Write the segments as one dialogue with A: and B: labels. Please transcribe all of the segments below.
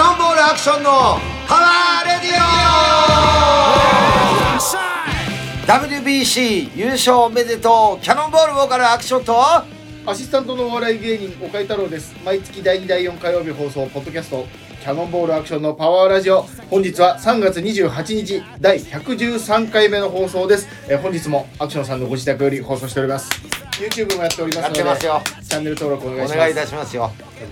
A: ションのパワーレディオ WBC 優勝おめでとうキャノンボールボーカルアクションと
B: アシスタントのお笑い芸人岡井太郎です毎月第2第4火曜日放送ポッドキャストキャノンボールアクションのパワーラジオ本日は3月28日第113回目の放送です、えー本日もアクションさんのご自宅より放送しております YouTube もやっておりますので
A: やってますよ
B: チャンネル登録お願
A: お
B: いします
A: 願いいたしますよ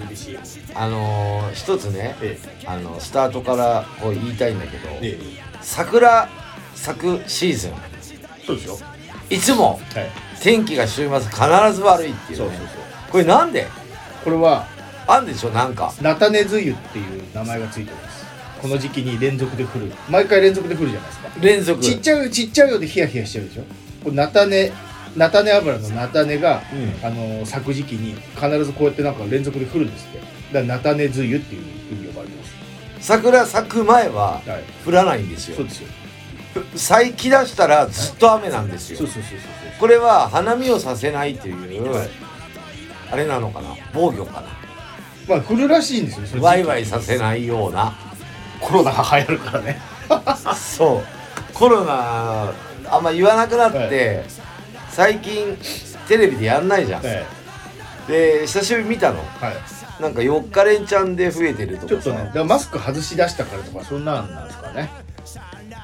C: WBC
A: あのー、一つね、
C: え
A: あのスタートからこう言いたいんだけど、
C: ええ
A: 桜咲くシーズン
C: えそうですよはい
A: つも天気が週末必ず悪いっていう,、ね、
C: そうそうそう
A: これなんで
B: これは
A: あんでしょなんか
B: 菜種梅雨っていう名前がついてます
C: この時期に連続で降る
B: 毎回連続で降るじゃないですか
A: 連続
B: ちっちゃいちっちゃいようでヒヤヒヤしてるでしょこれ菜種菜種油の菜種が、
A: うん
B: あのー咲く時期に必ずこうやってなんか連続で降るんですってだから菜種梅雨っていうふうに呼ばれてます
A: 桜咲く前は
B: はい
A: 降らないんです
B: そ
A: よ
B: うですよ
A: 咲き出したらずっと雨なんですよ
B: そうそうそうそう
A: これは花見をさせないっていう、
B: はい
A: あれなのかな防御か
B: そうまあ降るらしいんですよそ
A: な
B: の
A: ワイ
B: 時期
A: ワイさせないような
C: コロナが流行るからね
A: そうコロナあんま言わなくなって、最近テレビでやんないじゃん、
B: え
A: で久しぶりに見たの
B: えはい
A: なんか4日連チャンで増えてると
B: ちょ
A: か
B: っとねだ
A: さ
B: からマスク外し出したからとかそんなんなんですかね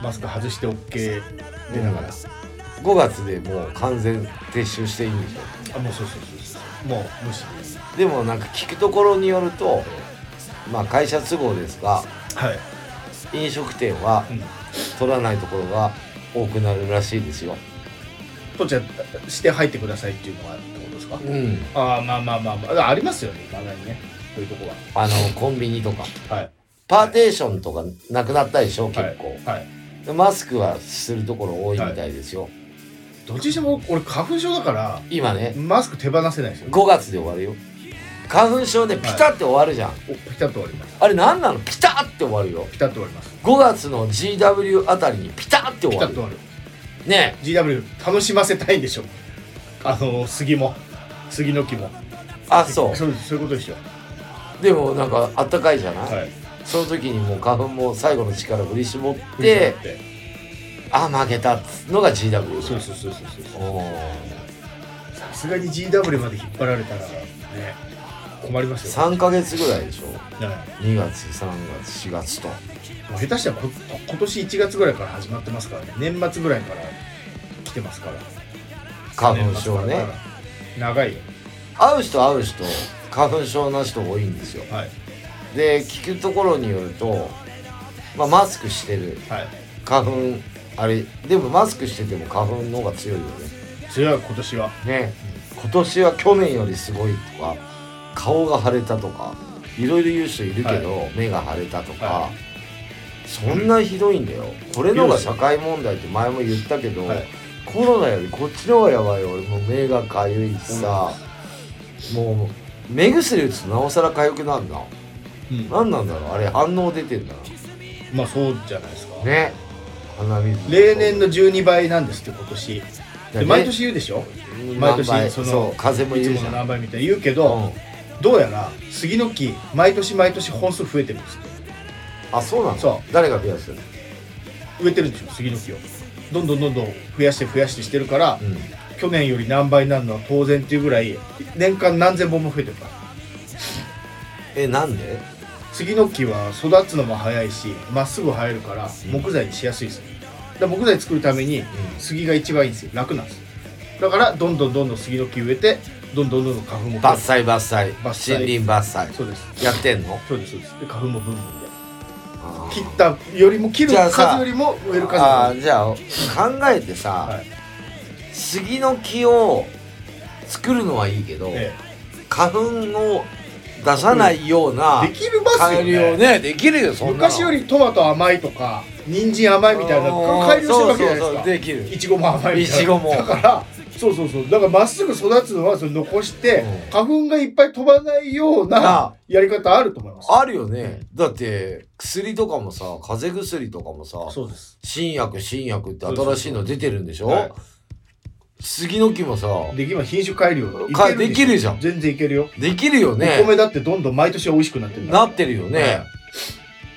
B: マスク外して OK 出ながら、
A: 5月でもう完全撤収していいんでし
B: あもうそうそうそうそうもう無視です
A: ょでもなんか聞くところによるとまあ会社都合ですが
B: はい、
A: 飲食店は
B: うん、
A: 取らないところが多くなるらしいですよ
B: とじゃあして入ってくださいっていうのはってことですか、
A: うん
B: ああまあまあまあまあありますよねまだにねそういうとこは
A: あのコンビニとか
B: はい
A: パーテーションとかなくなったでしょ結構、
B: はい、はい、
A: でマスクはするところ多いみたいですよ、
B: どっちにしても俺花粉症だから
A: 今ね
B: マスク手放せないですよ
A: 5月で終わるよ花粉症でピタって終わるじゃん、
B: おピタッと終わります
A: あれ何なのピタって終わるよ
B: ピタッと終わります
A: 5月の GW あたりにピタって
B: ピ
A: 終
B: タ
A: わ
B: ッと
A: る
B: 終わる
A: ね
B: GW 楽しませたいんでしょあの杉も杉の木も
A: えあそ
B: そうそういうことでしょ
A: うでもなんかあったかいじゃない、
B: はい
A: その時にもう花粉も最後の力振り絞っ
B: で
A: てあ負けたっつのが GW
B: そうそうそうそうそう
A: おー
B: さすがに GW まで引っ張られたらね困りますよ、
A: 3ヶ月ぐらいでしょ
B: はい
A: 2月3月4月と
B: もう下手したらこ今年1月ぐらいから始まってますからね年末ぐらいから来てますから
A: 花粉症ね
B: 長いよ
A: 会う人会う人花粉症な人多いんですよ
B: はい
A: で聞くところによると、まあ、マスクしてる
B: はい
A: 花粉あれでもマスクしてても花粉の方が強いよね
B: 強い今年は
A: ね今年は去年よりすごいとか顔が腫れたとかいろいろ言う人いるけど、目が腫れたとか、
B: は
A: そんなひどいんだよこれのが社会問題って前も言ったけど、
B: はい
A: コロナよりこっちの方がやばいよ俺もう目がかゆいしさ、もう目薬打つとなおさらかゆくなるな
B: うん
A: 何なんだろうあれ反応出てんだ
B: まあそうじゃないですか、
A: なね鼻水
B: 例年の12倍なんですって今年で
A: ね
B: 毎年言うでしょ毎年
A: 何倍
B: その
A: そう風も
B: いつ
A: 言う
B: も
A: じ
B: の
A: ゃん
B: 何倍みたいに言うけど、
A: うん
B: どうやら杉の木毎年毎年本数増えてるんですって
A: あそうなの
B: そ
A: 誰が増やす
B: 植えてるんでしょ杉の木をどんどんどんどん増やして増やしてしてるから、
A: うん
B: 去年より何倍になるのは当然っていうぐらい年間何千本も増えてるから
A: えなんで
B: 杉の木は育つのも早いしまっすぐ生えるから木材にしやすいですよだから木材作るために杉が一番いいんですよ楽なんですよだからどんどんどんどん杉の木植えてどんどんどんどん花粉も
A: 伐採伐採
B: 伐採
A: 森林伐採
B: そうです
A: やってんの
B: そうですそうですで花粉もブンブンで
A: あー
B: 切ったよりも切る
A: じゃあさ
B: 数よりも植える数
A: あ
B: が多い
A: ーじゃあ考えてさ、
B: はい
A: 杉の木を作るのはいいけど、
B: え
A: 花粉を出さないような
B: えできるますよ
A: 改良
B: ね
A: ねできるよそんなの
B: 昔よりトマト甘いとか人参甘いみたいな
A: あー
B: 改良してるわけじゃないで
A: そうそうそ
B: す
A: う
B: か
A: できる
B: いちごも甘いみたいない
A: ちごも
B: だからそうそうそうだからまっすぐ育つのはそれ残して、
A: うん
B: 花粉がいっぱい飛ばないよう
A: なあ
B: なやり方あると思います
A: あるよね、だって薬とかもさ風邪薬とかもさ
B: そうです
A: 新薬新薬って
B: そうそうそう
A: 新しいの出てるんでしょ
B: はい
A: 杉の木もさ
B: で今品種改良い
A: か
B: ける
A: できるじゃん
B: 全然いけるよ
A: できるよ
B: お
A: ね
B: 米だってどんどん毎年美味しくなってるんだ
A: なってるよね、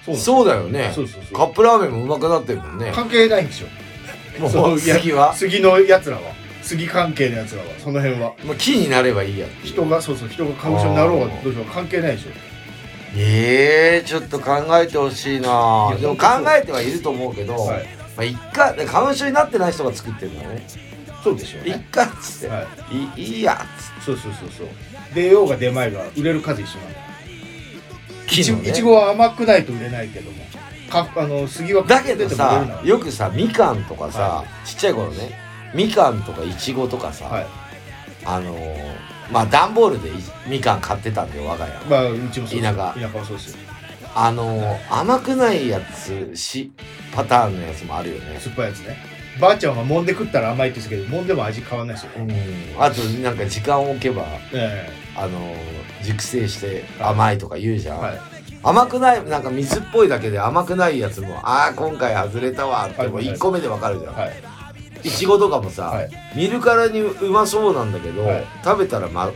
B: そうなん
A: そうだよね
B: そうそうそう
A: カップラーメンもうまくなってるもんね
B: 関係ないんでしょ
A: もう次
B: や
A: は
B: 杉のやつらは杉関係のやつらはその辺は
A: もう木になればいいやっていう
B: 人がそうそう人が花粉症になろうが
A: あー
B: どうしようが関係ないでしょ
A: ええちょっと考えてほしいない
B: や
A: でも考えてはいると思うけど、
B: はい
A: まあ一回で花粉症になってない人が作ってるんだよね
B: そうでしょう
A: 一
B: ね
A: 回っつって、、
B: はい
A: いいやっつっ
B: そうそうそうそう出ようが出まいが売れる数一緒なんだ
A: て
B: い
A: 木
B: ち
A: の
B: ご
A: ね
B: いちごは甘くないと売れないけどもかあの杉は
A: だけど
B: 出ても
A: さ
B: 売れる
A: よくさみかんとかさ、
B: は
A: ちっちゃい頃ねみかんとかいちごとかさ、
B: なはい
A: あのーまあ段ボールでいみかん買ってたんだよ我が家
B: まあうちもそう
A: 田舎
B: 田舎はそうですよ
A: あのー甘くないやつしパターンのやつもあるよね
B: 酸っぱいやつねばあちゃんは揉んで食ったら甘いって言ってたけど揉んでも味変わんないですよね、
A: うんあとなんか時間を置けば
B: え
A: あの熟成して甘いとか言うじゃ
B: え
A: ん、
B: はい
A: 甘くないなんか水っぽいだけで甘くないやつもああ今回外れたわってもう
B: はいはい
A: 1個目でわかるじゃん、
B: はい
A: い、ちごとかもさ、
B: はい
A: 見るからにうまそうなんだけど、
B: はい
A: 食べたら、ま、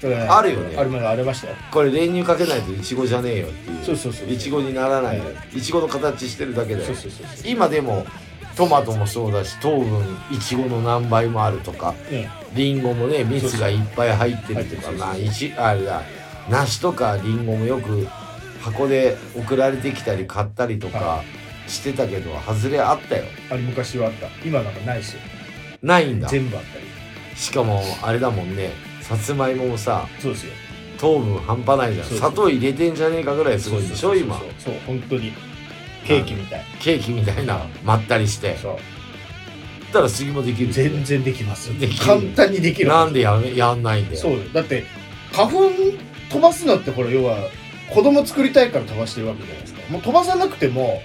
B: それは
A: あるよね
B: ありまありましたよ
A: これ練乳かけないといちごじゃねえよっていう
B: そうそうそう
A: ちごにならない、、
B: はい
A: ちごの形してるだけで
B: そうそうそうそ
A: 今でもトマトもそうだし糖分いちごの何倍もあるとか
B: う、うん、
A: リンゴもね蜜がいっぱい入ってると
B: そ
A: か
B: うそう
A: まあいちあれだ梨とかリンゴもよく箱で送られてきたり買ったりとか
B: は
A: してたけど外れあったよ
B: あれ昔はあった今なんかないですよ
A: ないんだ
B: 全部あったり
A: しかもあれだもんねさつまいももさ
B: そうですよ
A: 糖分半端ないじゃん
B: そうそう
A: 砂糖入れてんじゃねえかぐらいすごいんでしょ
B: そうそう
A: 今
B: そうそう本当にケーキみたい
A: ケーキみたいなまったりして
B: そう
A: たら杉もできる
B: 全然できますよ
A: できる
B: 簡単にできる
A: なんでやめやんないんだよ
B: そうよだって花粉飛ばすのってこれ要は子供作りたいから飛ばしてるわけじゃないですかもう飛ばさなくても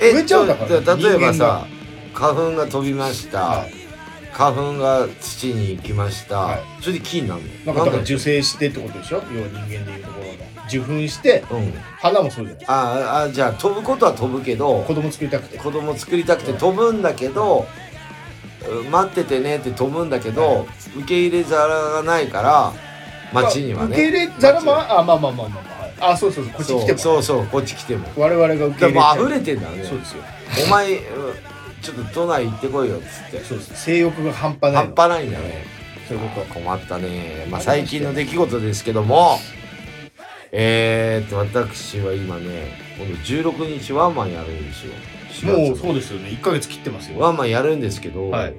B: 植えちゃうんだから
A: た例えば
B: 人間
A: さ
B: が
A: 花粉が飛びました、
B: はい
A: 花粉が土に行きました、
B: は
A: それで木になるの
B: なんかだから
A: で
B: 受精してってことでしょ要は人間でいうところの受粉して
A: うん
B: 花もそうじゃない
A: ああじゃあ飛ぶことは飛ぶけど
B: 子供作りたくて
A: 子供作りたくて飛ぶんだけど、うん待っててねって飛ぶんだけど、
B: は
A: 受け入れ皿がないから町にはね
B: まあ受け入れざらまああまあまあまあまあまあはいあそうそうそうこっち来ても
A: そうそうそうこっち来ても
B: 我々が受
A: で
B: け入れち
A: も
B: ゃ
A: う
B: う
A: 溢れてんだね
B: そうですよ
A: お前うんちょっと都内行ってこいよっつって
B: そうです性欲が半端ない
A: 半
B: の
A: 端ないんだね
B: そういうこと
A: 困ったね、まあ、最近の出来事ですけどもえー、っと私は今ね今度16日ワンマンやるんですよ4
B: もう
A: 月
B: そうですよね1ヶ月切ってますよ
A: ワンマンやるんですけど、
B: はい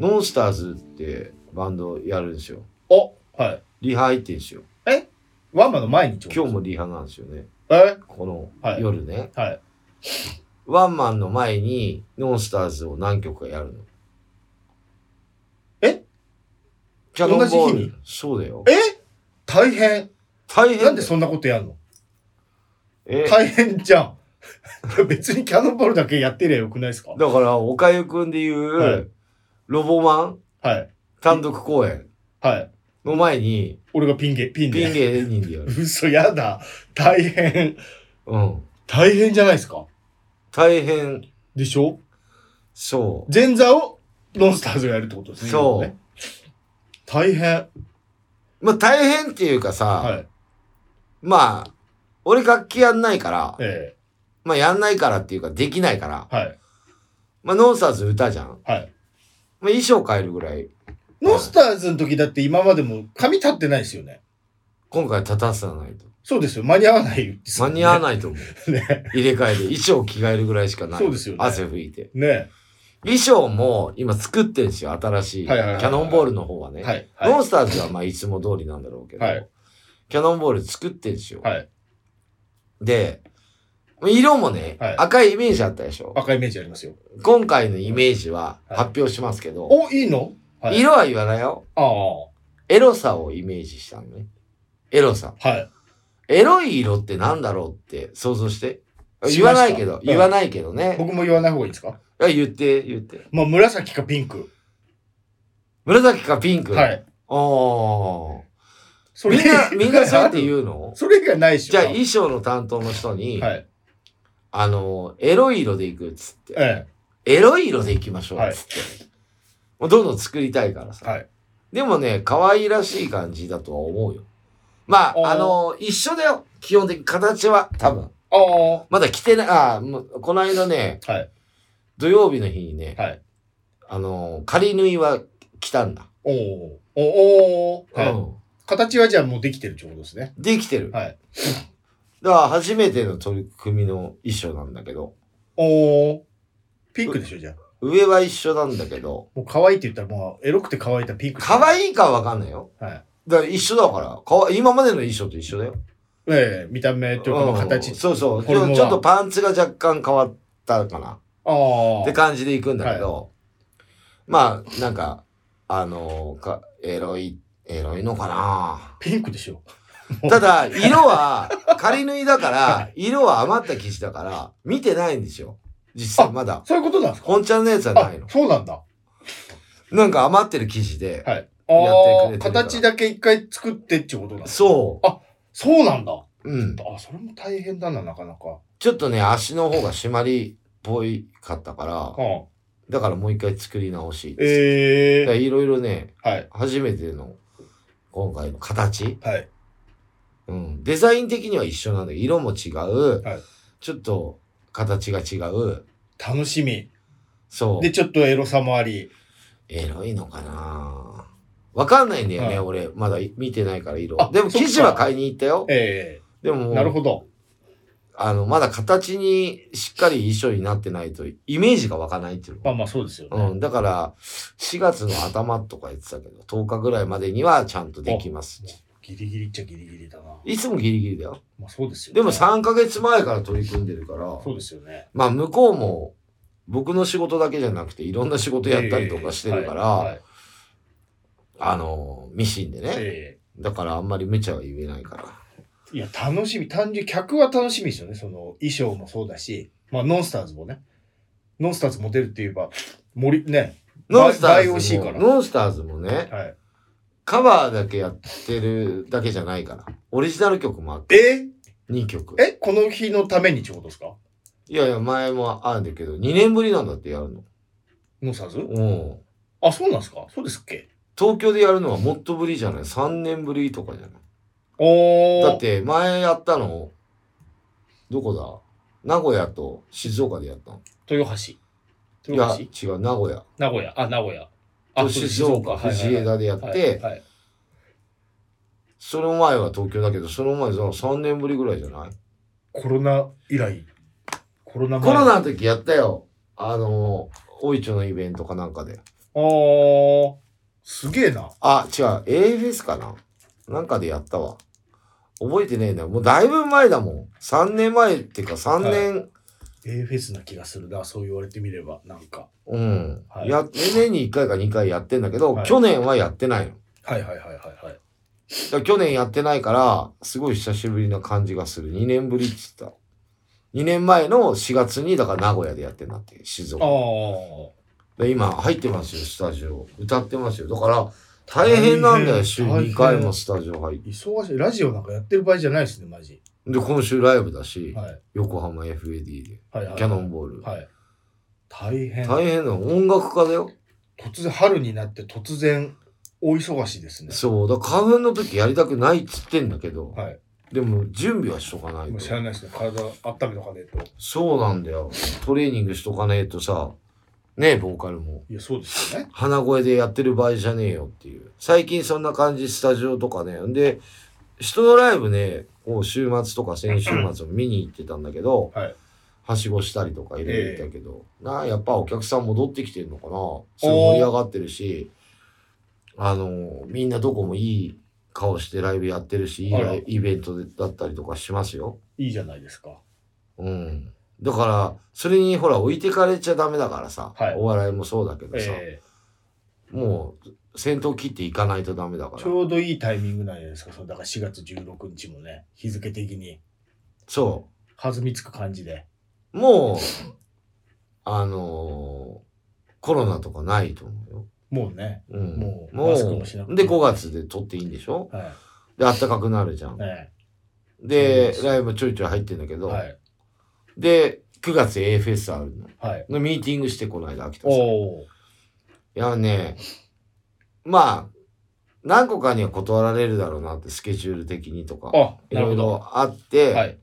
A: ノンスターズってバンドやるんですよ
B: おはい
A: リハ入ってんですよ
B: ワンマンの毎日
A: 今日もリハなんですよね
B: え
A: こ
B: は
A: の
B: い
A: 夜ね、
B: はい
A: ワンマンの前にノンスターズを何曲かやるの
B: え
A: キャノンボー
B: 同じ日
A: ルそうだよ
B: え大変
A: 大変だよ
B: なんでそんなことやるの
A: え
B: 大変じゃん 別にキャノンボールだけやってりゃよくないですか
A: だから、おかゆくんでいう、
B: はい
A: ロボマン
B: はい
A: 単独公演
B: はい
A: の前に、
B: 俺がピンゲピンで
A: ピン芸人でやる。
B: 嘘やだ大変
A: うん。
B: 大変じゃないですか
A: 大変、
B: でしょ
A: そ
B: 前座をノンスターズがやるってことですね
A: そう
B: 今ね大変
A: う。まあ、大変っていうかさ、
B: はい
A: まあ、俺楽器やんないから、
B: え
A: まあ、やんないからっていうか、できないから、
B: えはい
A: まあ、ノンスターズ歌じゃん。ま
B: はい
A: あ、衣装変えるぐらい、
B: ノンスターズの時だって今までも髪立ってないですよね
A: 今回立たさないと。
B: そうですよ間に合わないです
A: 間に合わ
B: い
A: ないと思う。
B: ね
A: 入れ替えで、衣装着替えるぐらいしかない。
B: そうですよね
A: 汗拭いて。
B: ね
A: 衣装も今作ってんですよ、新しい。キ
B: はいはいはいはい
A: ャノンボールの方はね。
B: はい
A: ノ
B: は
A: ンスターズはまあいつも通りなんだろうけど、
B: はい
A: キャノンボール作ってるんですよ。
B: いはい
A: で、色もね、
B: はい
A: 赤いイメージあったでしょ。
B: 赤いイメージありますよ
A: 今回のイメージは
B: はい
A: 発表しますけど、
B: おいいのはい
A: 色は言わないよ。
B: ああ
A: エロさをイメージしたのね。エロさ。
B: はい。
A: エロい色ってなんだろうって想像して。言
B: しました
A: わないけど、
B: うん
A: 言わないけどね。
B: 僕も言わない方がいいですか
A: あ言って、言って。
B: まあ、紫かピンク。
A: 紫かピンク。
B: はい。
A: おー
B: そ
A: みんな、
B: 以外
A: みんなそうやっ て
B: ある
A: 言うの
B: それ以外ないでしょ。
A: じゃあ衣装の担当の人に、
B: はい。
A: あの、エロい色で行くっつって。
B: え
A: エロい色でいきましょう
B: はい
A: っつって、もうどんどん作りたいから
B: え。
A: さ、
B: はい。
A: でもね可愛らしい感じだとは思うよま
B: おー
A: ああの一緒だよ基本的に形は多分
D: ああ。
A: まだ来てない、ああ、もうこの間ね、
D: はい。
A: 土曜日の日にね、
D: はい。
A: あのー、仮縫いは来たんだ。
D: おお。おお。
B: はい
A: うん
D: 形はじゃあもうできてるってことですね。
A: できてる。
D: はい。
A: だから初めての取り組みの衣装なんだけど、
D: おお。ピンクでしょ、じゃあ。
A: 上は一緒なんだけど、
D: もう可愛いって言ったらもう、エロくて可愛いとピンク。
A: 可
D: い
A: 愛いかはわかんないよ。
D: はい。
A: だから一緒だから、かわ今までの衣装と一緒だよ。
D: ええ、見た目というかまあ
A: う
D: 形
A: ん。そうそう。
D: フォ
A: で
D: ルム
A: も
D: は
A: ちょっとパンツが若干変わったかな。
D: ああ。
A: って感じでいくんだけど、まあ、なんか、あのか、エロい、エロいのかな
B: ピンクでしょ。
A: ただ、色は、仮縫いだから、色は余った生地だから、見てないんですよ。実際まだ。
D: そういうことなんですか
A: 本ちゃんのやつは
D: あ
A: ないの、。
D: そうなんだ。
A: なんか余ってる生地で、
D: はい。あ
A: やってくれて
D: あ、
A: るから
D: 形だけ一回作ってってことなんだ。
A: そ
D: そうなんだ。
A: う。うん。
D: あ、それも大変だな、なかなか。
A: ちょっとね、足の方が締まりっぽいかったから、
D: はあ、
A: だからもう一回作り直し。
D: ええ
A: いろいろね、
D: はい。
A: 初めての、今回の形
D: はい。
A: うん。デザイン的には一緒なんだけど、色も違う、
D: はい
A: ちょっと形が違う、
D: 楽しみ。
A: そう
D: で、。ちょっとエロさもあり。
A: エロいのかなわかんないんだよね、
D: はい
A: 俺。まだい見てないから色
D: あ。
A: でも
D: そっか
A: 生地は買いに行ったよ。
D: え
A: で
D: え
A: も、
D: なるほど。
A: あの、まだ形にしっかり衣装になってないと、イメージが湧かないっていうの
B: まあまあそうですよね。
A: うん、だから、4月の頭とか言ってたけど、10日ぐらいまでにはちゃんとできます。
B: ギリギリっちゃギリギリだな。
A: いつもギリギリだよ。
B: まあそうですよ、
A: でも3ヶ月前から取り組んでるから、
B: そうですよね。
A: まあ向こうも僕の仕事だけじゃなくていろんな仕事やったりとかしてるから、
B: はいはい
A: あのミシンでね、
B: え
A: だからあんまり無茶は言えないから
D: いや、楽しみ。単純に客は楽しみですよね。その衣装もそうだし、まあ、ノンスターズもね。ノンスターズモデルって言えば、森、ね。
A: ノンスタ
D: 倍倍美
A: ー
D: 味
A: ズ
D: しい
A: も
D: から
A: ノンスターズもね
D: はい。
A: カバーだけやってるだけじゃないからオリジナル曲もあって
D: え
A: 2曲
D: えこの日のためにってことですか
A: いやいや前もあるんだけど2年ぶりなんだってやるの
D: ノンスターズ
A: うん
D: あ、そうなんですかそうですっけ
A: 東京でやるのはもっとぶりじゃない3年ぶりとかじゃない
D: おー。
A: だっ。て前やったのどこだ名古屋と静岡でやったの
B: 豊橋。
A: い
D: 豊
A: や
D: 橋
A: 違う名古屋
B: 名古屋。あ、名古屋。あ、
A: と静岡藤枝でやっ
B: はい
A: て
B: はい。
A: その前は東京だけどその前その3年ぶりぐらいじゃない
D: コロナ以来。コロナ前
A: コロナの時やったよあの大いちょのイベントかなんかで
D: あー。すげえな。
A: あ違う AFS かななんかでやったわ覚えてねえんだよもうだいぶ前だもん3年前っていうか3年、
B: A フェスな気がするな、そう言われてみれば、なんか。
A: うん、
B: はい
A: や年に1回か2回やってんだけど、
B: はい
A: 去年はやってないのだ
B: はいはいはいはいはい。
A: から去年やってないからすごい久しぶりな感じがする2年ぶりって言ってた2年前の4月にだから名古屋でやってんだって静岡
B: あ
A: で今入ってますよスタジオ歌ってますよだから大変なんだよ
B: 大変
A: 週
B: 大変
A: 2回もスタジオ入って
D: 忙しい。ラジオなんかやってる場合じゃないですね、マジ。
A: で今週ライブだし、
D: はい。はい
A: 横浜 FAD で
D: はいはい。
A: キャノンボール、
D: はい。大変。
A: 大変なの音楽家だよ
D: 突然、春になって突然、大忙しですね。
A: そうだから花粉の時やりたくないっつってんだけど、
D: はい。
A: でも準備はしとかない
D: も
A: と
D: う知らないですね。体温めとかねえと。
A: そうなんだよ。トレーニングしとかねえとさ、ねえ、ボーカルも。
D: いや、そうですよね。
A: 鼻声でやってる場合じゃねえよっていう。最近そんな感じ、スタジオとかね。んで、人のライブね、こう週末とか先週末も見に行ってたんだけど、
D: はい。
A: はしごしたりとかいろいろ行ったけど、なあ、やっぱお客さん戻ってきてるのかな。すごい盛り上がってるし、あの、みんなどこもいい顔してライブやってるし、いいライイベントだったりとかしますよ。
B: いいじゃないですか。
A: うん。だから、それにほら、置いてかれちゃダメだからさ、
B: はい
A: お笑いもそうだけどさ、
B: え
A: もう、先頭切っていかないとダメだか
B: えち
A: ら。
B: ょうどいいタイミングなんじゃないですか。そうだから4月16日もね、日付的に
A: そ
B: 弾みつく感じで。
A: う。もう、あのーコロナとかないと思うよ。
B: もうね。
A: うん、
B: もうマスクもしなくて
A: で、5月で撮っていいんでしょ
B: は
A: で、暖かくなるじゃん
B: い。。ね
A: で
B: そ、うです
A: ライブちょいちょい入ってんだけど、
B: はい。
A: で、9月 AFS あるの。
B: はい。
A: のミーティングして、この間、秋田さん。
B: おお。
A: いやね、まあ、何個かには断られるだろうなって、スケジュール的にとか、
D: あ、
A: い
D: なる
A: ろ
D: ほ
A: い
D: ど。
A: ろあって、
B: はい。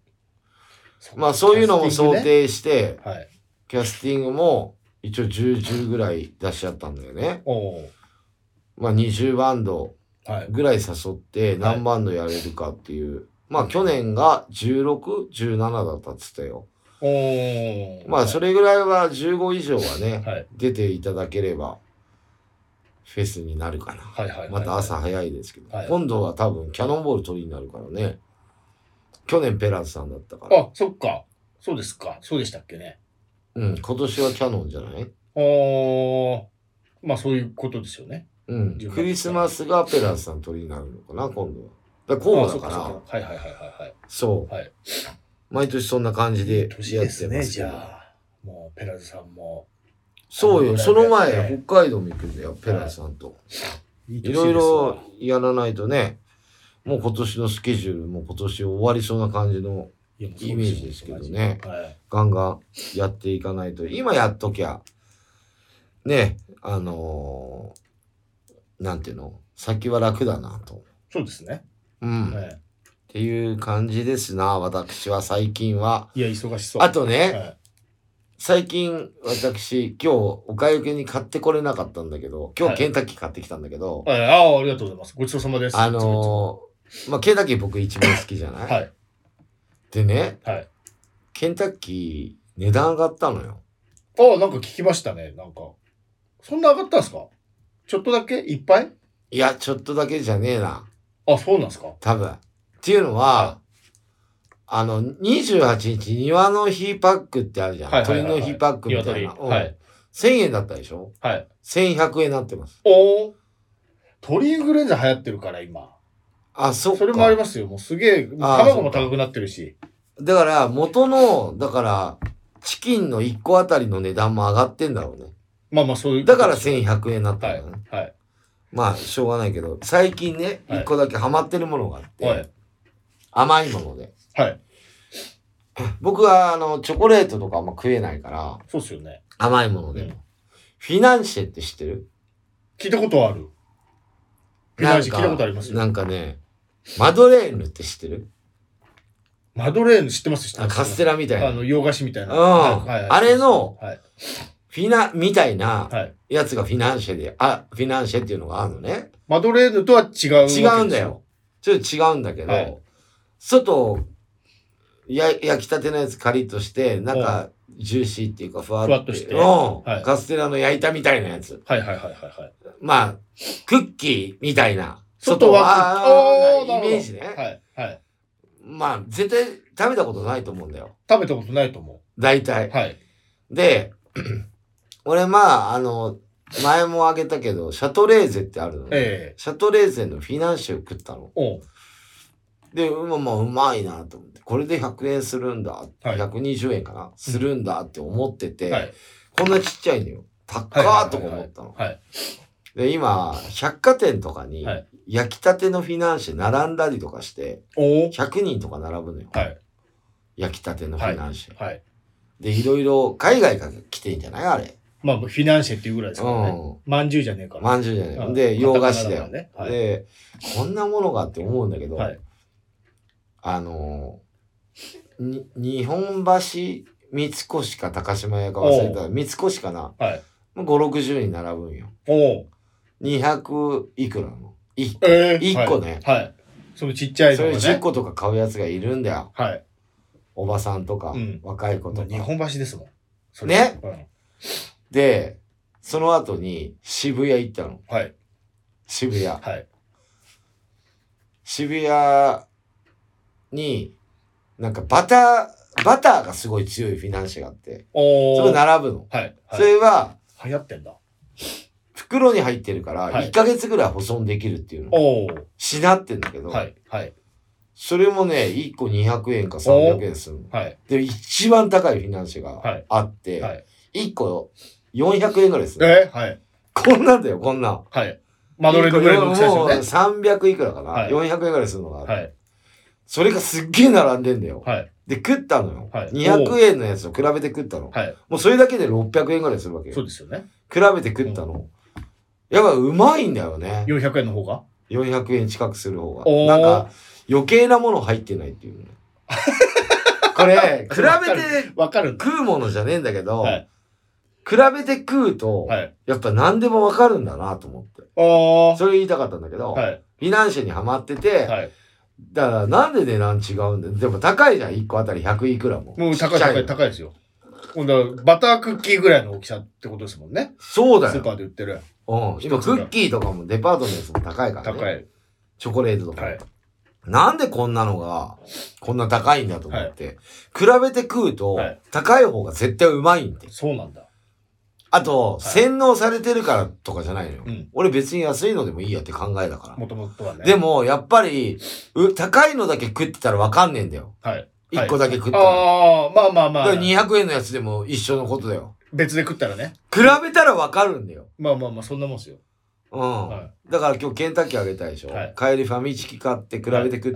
A: まあそういうのも想定して、
B: はい。
A: キャスティングも一応10、10ぐらい出しちゃったんだよね。
B: おお。
A: まあ20バンド
B: はい。
A: ぐらい誘って何バンドやれるかっていう。まあ去年が16、17だったっつったよ。
B: おお。
A: まあそれぐらいは15以上はね、
B: はい。
A: 出ていただければフェスになるかな。
B: はいはいはい。
A: また朝早いですけど、
B: はい
A: 今度は多分キャノンボール取りになるからね。去年ペランさんだったから。
B: あ、そっか。そうですか。そうでしたっけね。
A: うん、今年はキャノンじゃない
B: おお。まあそういうことですよね。
A: うん、クリスマスがペランさん取りになるのかな、今度は。だから
B: あ
A: 交
B: そ
A: 互
B: っ
A: だか
B: か
A: ら、そ
B: そっ
A: う
B: か。はいはいはいはいはい。はい
A: 毎年そんな感じでやってます
B: 年
A: けど
B: ですね、じゃあ。もうペラズさんも。
A: そうよ、その
B: は
A: 前
B: い、
A: 北海道も行くんだよ、ペランさんと。
B: い
A: いろいろやらないとね、もう今年のスケジュールも今年終わりそうな感じのイメージですけどね
B: はい。
A: ガンガンやっていかないと、今やっときゃ、ね、あのーなんていうの、先は楽だなと。
B: そうですね。
A: うん。
B: は
A: っ
B: い
A: ていう感じですな、私は最近は。
B: いや、忙しそう。
A: あとね、
B: はい
A: 最近私、今日お買い受けに買ってこれなかったんだけど、今
B: は
A: 日
B: い
A: ケンタッキー買ってきたんだけど、
B: はい。ああ、ありがとうございます。ごちそうさまです。
A: あのーまあ、ケンタッキー僕一番好きじゃない、
B: はい。
A: でね、
B: はい。
A: ケンタッキー値段上がったのよ。
B: ああ、なんか聞きましたね。なんか。そんな上がったんですかちょっとだけいっぱい
A: いや、ちょっとだけじゃねえな。
B: あ、そうなんですか
A: 多分。っていうのは
B: は、
A: あの、28日、庭の日パックってあるじゃん。
B: はいはいはいはい
A: 鳥の日パックみたい
B: 鶏。
A: な。うん
B: はい。
A: 1000円だったでしょ
B: はい。
A: ?1100 円になってます。
B: おお。鳥インフルエンザ流行ってるから、今。
A: あ、そっか。
B: それもありますよ。もうすげえ、
A: あー
B: 卵も高くなってるし。
A: だから、元の、だから、チキンの1個あたりの値段も上がってんだろうね。
B: まあまあ、そういう。
A: だから1100円になったん
B: は
A: だ
B: い
A: よね。。
B: はい。
A: まあ、しょうがないけど、最近ね、
B: はい
A: 1個だけハマってるものがあって、
B: はい。
A: 甘いもので。
B: はい。
A: 僕は、あの、チョコレートとかあんま食えないから、
B: そうっすよね。
A: 甘いものでも。
B: うん
A: フィナンシェって知ってる
B: 聞いたことはある。フィナンシェ聞いたことありますよ
A: なんかね、マドレーヌって知ってる
B: マドレーヌ知ってます知って
A: あ
B: ます。
A: カステラみたい
B: あ
A: な。
B: の、洋菓子みたいな。
A: うん
B: はいはいはい
A: あれの
B: はい。
A: フィナ、みたいな
B: はい。
A: やつがフィナンシェで、あ、フィナンシェっていうのがあるのね。
B: マドレーヌとは違うわけです。
A: 違うんだよ。ちょっと違うんだけど、
B: はい
A: 外、や、焼きたてのやつカリッとして、なんか、ジューシーっていうか、ふわ
B: ふわっとして
A: うん、
B: はい
A: カステラの焼いたみたいなやつ。
B: はいはいはいはいはい。
A: まあ、クッキーみたいな。
B: 外は、
A: あー
B: なるほど
A: イメージね。
B: はい。はい。
A: まあ、絶対食べたことないと思うんだよ。
B: 食べたことないと思
A: 大体
B: う。。はい。
A: で、 俺、まあ、あの、前もあげたけど、シャトレーゼってあるのね。
B: ええ。
A: シャトレーゼのフィナンシェを食ったの。
B: おう
A: で、うま、まあ、うまいなと思って、これで100円するんだ、
B: い
A: 120円かな、するんだって思ってて、
B: はい。
A: こんなちっちゃいのよ。高ーとか思ったの。
B: はい。
A: で、今、百貨店とかに
B: はい、
A: 焼きたてのフィナンシェ並んだりとかして、
B: おう
A: 100人とか並ぶのよ。
B: はい。
A: 焼きたてのフィナンシェ。
B: はい。
A: で、いろいろ海外から来てんじゃないあれ。
B: まあ、フィナンシェっていうぐらいですからね。
A: うん。
B: まんじゅうじゃねえから。
A: まんじゅうじゃない。
B: うん
A: で、洋菓子だ
B: カタカナだ
A: よ
B: か。らねはい
A: で、こんなものがって思うんだけど、
B: はい
A: あのーに、日本橋三越か高島屋か忘れた三越かな。
B: はい。
A: 5、60に並ぶんよ。
B: おう
A: 200いくらなのい
B: ええ。
A: 一個ね
B: はい。はいそのちっちゃい
A: そ
B: のが
A: れ
B: ね。
A: 10個とか買うやつがいるんだよ。
B: はい。
A: おばさんとか、
B: うん
A: 若い子とか。
B: 日本橋ですもん。それ
A: ね。
B: うん
A: で、その後に渋谷行ったの。
B: はい。
A: 渋谷。
B: はい。
A: 渋谷に、なんかバター、バターがすごい強いフィナンシェがあって、
B: お
A: そ
B: お。
A: れ
B: はい。
A: 並ぶの。
B: はい。
A: それは、
B: 流行ってんだ。
A: 袋に入ってるか
B: は
A: ら、
B: い
A: 1ヶ月ぐらい保存できるっていうの。
B: おお。
A: しなってんだけど、
B: はい。はい。
A: それもね、1個200円か300円するの。
B: はい。
A: で、一番高いフィナンシェ
B: は
A: が
B: い
A: あって、
B: はい。
A: 1個400円ぐらいする。
B: えはい。
A: こんなんだよ、こんなん。
B: はい。マドレーヌぐらいの大きさですよね。
A: もう300いくらかな、
B: はい
A: ?400 円ぐらいするのがある、
B: はい。
A: それがすっげえ並んでんだよ。
B: はい。
A: で、食ったのよ。
B: はい
A: 200円のやつを比べて食ったの。
B: はい。
A: もうそれだけで600円ぐらいするわけよ。
B: そう
A: 比
B: ですよね。
A: べて食ったの。やっぱうまいんだよね。
B: 400円の方が。
A: 400円近くする方
B: お
A: が。な
B: ー
A: んか余計なもの入ってないっていうね。これ、比べて
B: わかるんだ。
A: 食うものじゃねえんだけど、
B: はい
A: 比べて食うと、
B: はい。
A: やっぱ何でもわかるんだなと思って。
B: ああ。は
A: それ言いたかったんだけど、
B: い。
A: フィナンシェにはまってて、
B: はい。
A: だからなんで値段違うんだよ。でも高いじゃん、1個あたり100いくらも。
B: もう高
A: ち
B: い
A: っちゃ
B: 高い高いですよ。ほんだらバタークッキーぐらいの大きさってことですもんね。
A: そう
B: ス
A: だ
B: ー
A: よ。
B: パーで売ってる。
A: うん。今、クッキーとかもデパートのやつも高いから、ね。
B: 高。い。
A: チョコレートとか。
B: はい。
A: なんでこんなのが、こんな高いんだと思って。比べて食うと、
B: はい
A: 高い方が絶対うまいんで。
B: そうなんだ。
A: あと、
B: い
A: 洗脳されてるからとかじゃないのよ。
B: うん
A: 俺別に安いのでもいいやって考えだから。
B: もともとはね。
A: でも、やっぱり、う高いのだけ食ってたらわかんねえんだよ。
B: はい。は
A: 1
B: い
A: 個だけ食ったら。
B: ああ、まあまあま
A: だか。
B: あ
A: ら200円のやつでも一緒のことだよ。
B: 別で食ったらね。
A: 比べたらわかるんだよ。
B: まあまあまあ、そんなもんですよ。
A: うん。
B: は
A: だから今日ケンタッキーあげたでしょ。
B: はい
A: 帰りファミチキ買って比べて食ってる。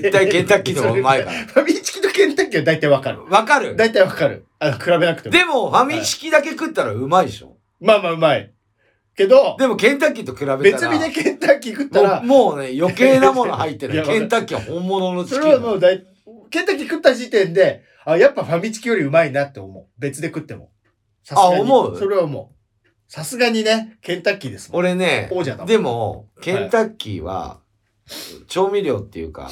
A: 絶対ケンタッキ ーの方がうまいから
B: い。。ファミチキとケンタッキーは大体わかる。
A: わかる
B: 大体わかる。あの、比べなくても。
A: でも、ファミチキだけ食ったらうまいでしょ。
B: まあまあうまい。けど、
A: でも、ケンタッキーと比べたら。
B: 別日でケンタッキー食ったら、
A: もうもうね、余計なもの入ってないい。
B: や わかる
A: ケンタッキーは本物のチキ
B: そ
A: ン。
B: れはもう大、ケンタッキー食った時点で、あ、やっぱファミチキよりうまいなって思う。別で食っても。さすがに
A: あ思う
B: それは思う。さすがにね、ケンタッキーですもん。
A: 俺ね、
B: 王者だもん。
A: でも、ケンタッキーは、調味料っていうか、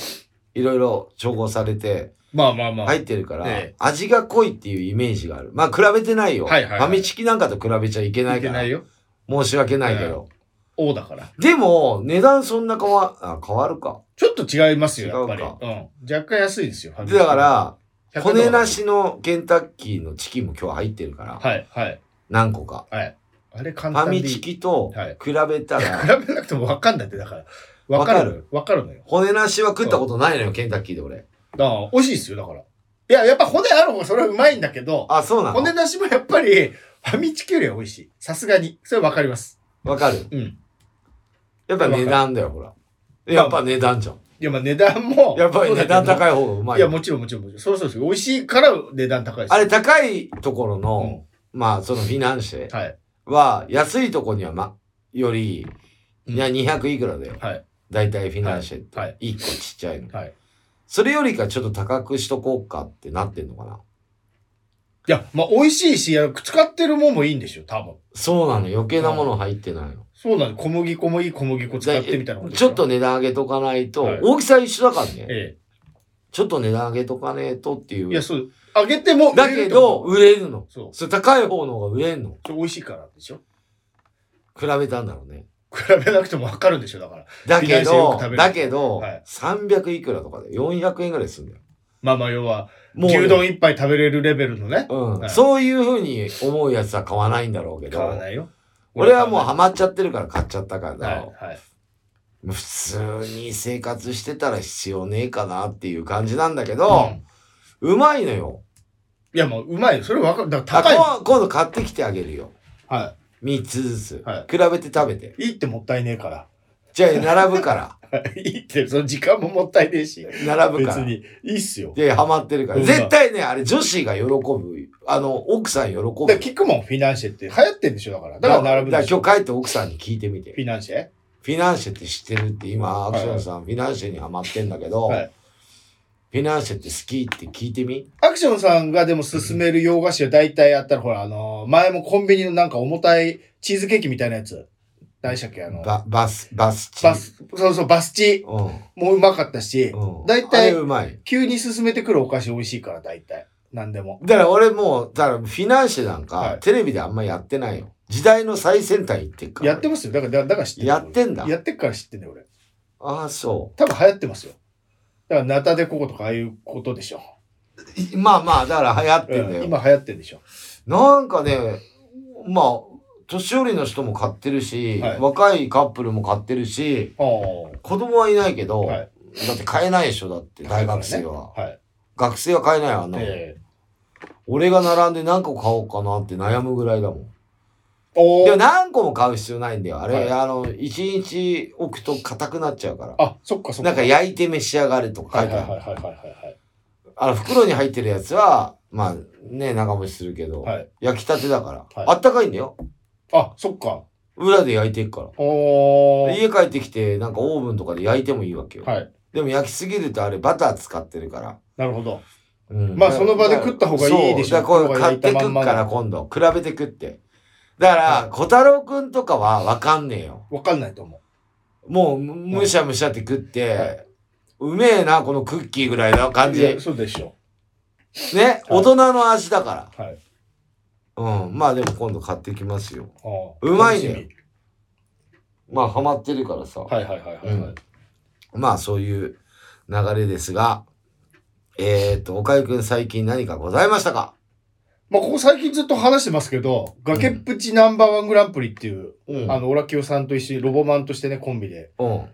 A: いろいろ調合されて
B: まあまあまあ。
A: 入ってるから、
B: ええ
A: 味が濃いっていうイメージがある。まあ、比べてないよ。
B: はいはいはい
A: ファミチキなんかと比べちゃいけない
B: い
A: か
B: け
A: ら
B: ない。よ。
A: 申し訳ないけど。
B: 王だから。
A: でも、値段そんな変わ、あ変わるか。
B: ちょっと違いますよ、
A: 違
B: や
A: う
B: っ
A: か
B: ぱり。うん。若干安いですよ、ファミチ
A: で
B: キ
A: だか、ら、
B: 100
A: 骨な。しのケンタッキーのチキンも今日入ってるから、
B: はい、はい、
A: 何個か。
B: はい。あれ簡
A: ファ
B: 単でいい。
A: ミチキと比べた ら、
B: 比べなくてもわかんないって、だから。わかる。わかるのよ。
A: 骨なしは食ったことないのよ、ケンタッキーで俺。
B: だから美味しいですよ、だから。いや、やっぱ骨ある方がそれはうまいんだけど、
A: あ、そうなの
B: 骨なしもやっぱり、ファミチキよりは美味しい。さすがに。それわかります。
A: わかる
B: うん。
A: やっぱ値段だよ、ほら。やっぱ値段じゃん。
B: いや、まあ値段も。
A: やっぱり値段
B: い。
A: 高い方がうま
B: い
A: い
B: や、
A: よ。
B: もちろんもちろんもちろん。そうそうですよ。美味しいから値段高いです。
A: あれ高いところ
B: う
A: の、
B: ん。
A: まあそのフィナンシェ
B: はい。
A: は、安いとこにはま、より、
B: うん
A: いや、200いくらだよ。
B: はい。
A: だいたいフィナンシェって。
B: はい。
A: 1個ちっちゃいの。
B: はい。
A: それよりかちょっと高くしとこうかってなってんのかない
B: や、まあ美味しいし、いや使ってるもんもいいんでしょ、多分。
A: そうなの。余計なもの入ってないの。
B: そうなんで、小麦粉もいい小麦粉使ってみたいなことでし
A: ちょっと、値段上げとかないと、
B: はい
A: 大きさ一緒だからね。
B: え
A: ちょっと値段上げとかねえとってい
B: え。
A: う。
B: いや、そう。揚げても売
A: だ
B: れるっ
A: け
B: てこと
A: ど、、売れるの。
B: そう。
A: それ高い方の方が売れんの。
B: それ美味しいからでしょ。
A: 比べたんだろうね。
B: 比べなくてもわかるんでしょ、だから。
A: だけ
B: フィナンシェよく
A: ど
B: 食べ、る
A: だけど、
B: はい
A: 300いくらとかで400円ぐらいするんだよ。
B: まあまあ、要は、
A: もうね、
B: 牛丼一杯食べれるレベルのね。
A: うん、
B: はい
A: そういうふうに思うやつは買わないんだろうけど。
B: 買わないよ。
A: 俺はもうハマっちゃってるから買っちゃったから、
B: はい、はい。
A: 普通に生活してたら必要ねえかなっていう感じなんだけ
B: う
A: ど
B: ん、
A: うまいのよ。
B: いや、もううまいよ。それわかる。だか
A: あ
B: ら高いもん。
A: こ今度買ってきてあげるよ。
B: は
A: 3つずつ。
B: は
A: 比べて食べて。
B: い。いいってもったいねえから。
A: じゃあ、並ぶから。
B: いいって、その時間ももったいねえし。
A: 並ぶか
B: 別
A: ら。
B: に。いいっすよ。
A: で、ハマってるから。
B: うん
A: 絶対ね、あれ、女子が喜ぶ。あの、奥さん喜ぶ。
B: だから聞くもん、フィナンシェって。流行ってんでしょ、だから。だから並ぶ
A: だ
B: んで
A: だ
B: しょ。
A: 今日帰って奥さんに聞いてみ
B: フ
A: て。
B: ィナンシェ
A: フィナンシェって知ってるって、今、アクションさん、フィナンシェにハマってんだけど、
B: はい
A: フィナンシェって好きって聞いてみ
B: アクションさんがでも勧める洋菓子は大体あったら、ほら、あのー、前もコンビニのなんか重たいチーズケーキみたいなやつ。何でしたっけあの、
A: ババス、バスチ。
B: バス、そうそう、バスチ
A: うん。
B: もううまかったし、
A: うん。
B: 大体
A: あれうまい。
B: 急に勧めてくるお菓子美味しいから、大体。何でも。
A: だから俺もう、だからフィナンシェなんか、
B: はい
A: テレビであんまやってないよ。時代の最先端行ってっから。
B: やってますよ。だから、だだから知ってる
A: やってんだ
B: 俺やってっから知ってんだよ、俺。
A: ああ、そ
B: 多分流行ってますよ。だから、ナタデココとかああいうことでしょ。
A: う。いまあまあ、だから流行ってんだよ。
B: 今流行ってるでしょ。
A: なんかね、まあ、年寄りの人も買ってるし、
B: はい
A: 若いカップルも買ってるし、
B: ああ。
A: 子供はいないけど、
B: はい
A: だって買えないでしょ、だって大学生は。
B: はい。
A: 学生は買えないわあんなの、
B: ええ
A: 俺が並んで何個買おうかなって悩むぐらいだもん。
B: お
A: でも
B: ー
A: 何個も買う必要ないんだよ。あれ、
B: はい
A: あの、1日置くと硬くなっちゃうから。
B: あ、そっかそっか。
A: なんか焼いて召し上がれとか
B: は
A: 書
B: い
A: い
B: は
A: て
B: い
A: あ
B: は
A: る。
B: いはいはいはい。
A: あの、袋に入ってるやつは、まあね、長持ちするけど、
B: はい
A: 焼きたてだから、
B: は
A: あ
B: い
A: ったかいんだよ。
B: あ、そっか。
A: 裏で焼いてるから。
B: おー。
A: 家帰ってきて、なんかオーブンとかで焼いてもいいわけよ。
B: はい。
A: でも焼きすぎるとあれバター使ってるから、
B: なるほど。
A: うん
B: まあその場で食った方がいいでしょ
A: そうだからこ
B: こ
A: う
B: う
A: 買ってく
B: 焼いたまんま
A: っ
B: が
A: から今度、比べてくって。だから、小太郎くんとかはわかんねえよ。
B: わかんないと思
A: もう、むむしゃむしゃって食って、
B: は
A: うめえな、このクッキーぐらいの感
B: う。
A: じ。
B: い
A: ね
B: や、、そうでしょ。
A: 大人の味だか
B: はい。
A: ら。うん。まあでも今度買ってきますよ。
B: ああ
A: うまいね
B: 楽し
A: まあハマってるからさ。
B: みはいはいはいはいはい。
A: まあそういう流れですが、えっ、ー、と、おかゆくん最近何かございましたか
B: まあ、ここ最近ずっと話してますけど、崖っぷちナンバーワングランプリっていう、
A: うん
B: あの、オラキオさんと一緒にロボマンとしてね、コンビで
A: うん。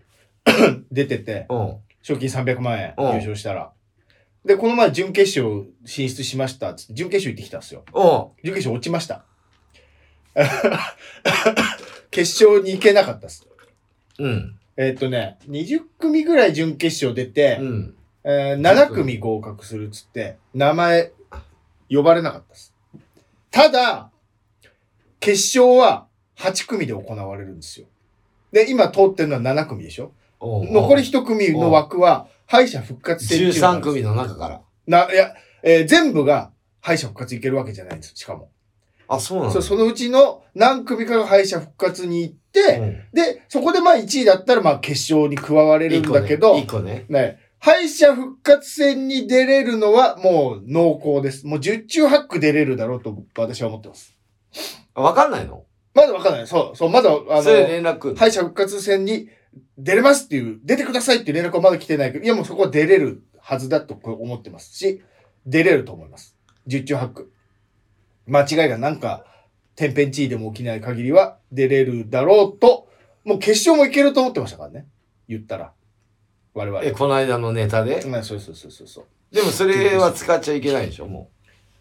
B: 出てて、
A: うん。
B: 賞金300万円
A: うん
B: 優勝したら。で、この前準決勝進出しましたっつって、準決勝行ってきたんですよ。
A: うん。
B: 準決勝落ちました。 決勝に行けなかったです。
A: うん。
B: えーっとね、20組ぐらい準決勝出て、
A: うん。
B: えー7組合格するっつって、名前呼ばれなかったです。ただ、決勝は8組で行われるんですよ。で、今通ってるのは7組でしょ残り1組の枠は敗者復活戦っていうのがあ
A: 13
B: るんです
A: 組の中から。
B: な、いや、えー全部が敗者復活いけるわけじゃないんですしかも。
A: あ、そうなん
B: そ
A: だ。
B: うそのうちの何組かが敗者復活に行って、で、そこでまあ1位だったらまあ決勝に加われ
A: う
B: るんだけど、
A: 1個ね。
B: ね、敗者復活戦に出れるのはもう濃厚です。もう十中八九出れるだろうと私は思ってます。
A: あわかんないの
B: まだわかんない。そう、そう、まだ、あの、
A: それで連絡。
B: 敗者復活戦に出れますっていう、出てくださいっていう連絡はまだ来てないけど、いやもうそこは出れるはずだとこう思ってますし、出れると思います。十中八九。間違いがなんか、天変地異でも起きない限りは出れるだろうと、もう決勝もいけると思ってましたからね。言ったら。我々。
A: え、この間のネタで。
B: ねそうそうそうそうそう。
A: でもそれは使っちゃいけないでしょ、も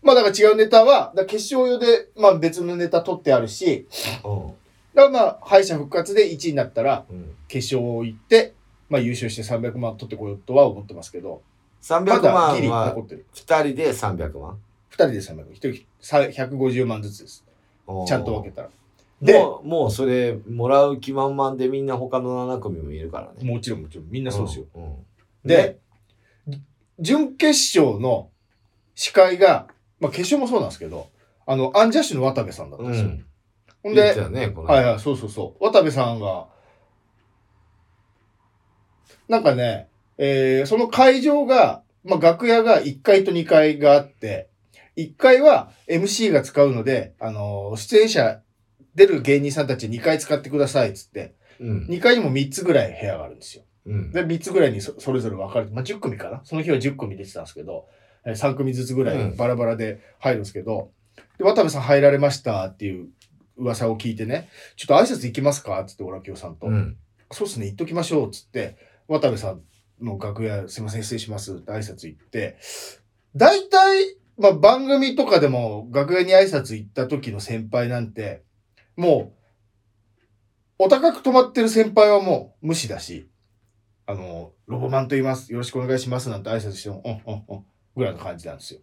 B: まあだから違うネタは、だから決勝用で、まあ別のネタ取ってあるし、
A: う。
B: だからまあ敗者復活で1位になったら、
A: うん。うん。
B: 決勝行って、まあ優勝して300万取ってこようとは思ってますけど、ま
A: 300
B: だギ
A: 万
B: リ
A: は
B: 残ってる。
A: 2人で300万。
B: 2人で300、1人150万ずつです。ちゃんと分けたら。
A: で
B: で
A: もう、もうそれ、もらう気満々でみんな他の7組もいるからね。
B: もちろんもちろん、みんなそうですよ。
A: うん。うん
B: で、準決勝の司会が、まあ決勝もそうなんですけど、あの、アンジャッシュの渡部さんだったん
A: う
B: ですよ。
A: ん。
B: ほん
A: 言ってた、
B: で
A: よね、この
B: はいはい、そうそうそう。渡部さんが、なんかね、えーその会場が、まあ、楽屋が1階と2階があって、1階は MC が使うので、あのー出演者出る芸人さんたち2階使ってくださいっつって、
A: うん。
B: 2階にも3つぐらい部屋があるんですよ。
A: うん。
B: で、3つぐらいにそそれぞれ分かれて、まあ、10組かなその日は10組出てたんですけど、えー3組ずつぐら
A: う
B: い
A: ん
B: バラバラで入るんですけど、で、渡部さん入られましたっていう噂を聞いてね、ちょっと挨拶行きますかって言って、オラキオさんと。
A: うん。
B: そうっすね、行っときましょうっつって、渡部さんの楽屋、すいません、失礼しますって挨拶行って、大体、まあ、番組とかでも楽屋に挨拶行った時の先輩なんて、もう、お高く泊まってる先輩はもう無視だし、あの、ロボマンと言います。よろしくお願いします。なんて挨拶しても、うんうんうん、ぐらいの感じなんですよ。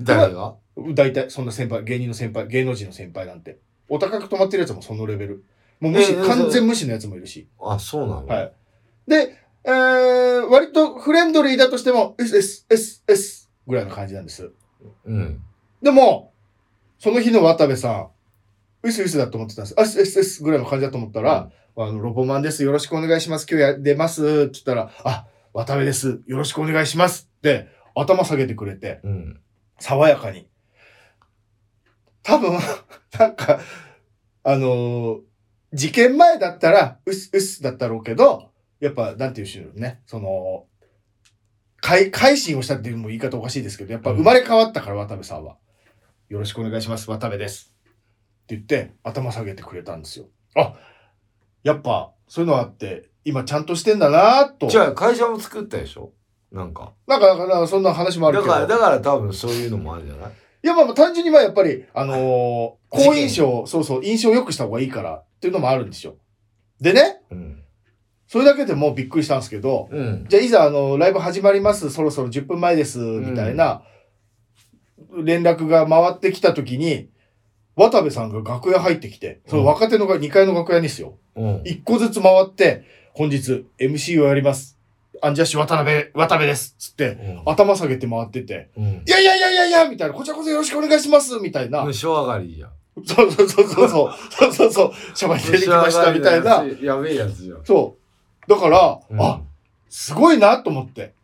A: 誰が
B: 大体、そんな先輩、芸人の先輩、芸能人の先輩なんて。お高く泊まってるやつもそのレベル。もう無視、
A: ええ
B: 完全無視のやつもいるし。
A: あ、そうなの
B: はい。で、えー、割とフレンドリーだとしても、S、S、S、S ぐらいの感じなんです。
A: うん。
B: でも、その日の渡部さん、ウスウスだと思ってたんです。あ、S、S、S ぐらいの感じだと思ったら、あの、ロボマンです。よろしくお願いします。今日や、出ます。って言ったら、あ、渡部です。よろしくお願いします。って、頭下げてくれて、
A: うん。
B: 爽やかに。多分、 なんか、あのー事件前だったら、うっす、うっすだったろうけど、やっぱ、なんていうんでしょうね、その、改、改心をしたっていうのも言い方おかしいですけど、やっぱ
A: うん
B: 生まれ変わったから、渡部さんは。よろしくお願いします、渡部です。って言って、頭下げてくれたんですよ。あ、やっぱ、そういうのあって、今ちゃんとしてんだなぁと。
A: じゃあ会社も作ったでしょなんか。
B: なんか、なんかそんな話もある
A: だ
B: けど。
A: から、だから多分そういうのもあるんじゃない
B: いや、まあまあ、単純にまあ、やっぱり、あのー
A: 事件
B: 好印象、そうそう、印象良くした方がいいからっていうのもあるんですよ。でね、
A: うん。
B: それだけでもうびっくりしたんですけど、
A: うん。
B: じゃあいざ、あのーライブ始まります、そろそろ10分前です、みたいな、連絡が回ってきた時に、渡部さんが楽屋入ってきて、その若手のが、2階の楽屋にですよ。
A: うん。
B: 一個ずつ回って、本日 MC をやります。挨アンジャッシュ渡辺、渡辺です。つって、
A: うん
B: 頭下げて回ってて、
A: うん
B: いやいやいやいやいやみたいな、こちらこそよろしくお願いしますみたいな、
A: むしょ上がりじゃん。
B: そうそうそうそうそう、そうそうそう、シャバに出てきましたみたいな、
A: むしょ上がりのやつやべえやつじゃん。
B: そう。だから、
A: うん
B: あ、すごいなと思って。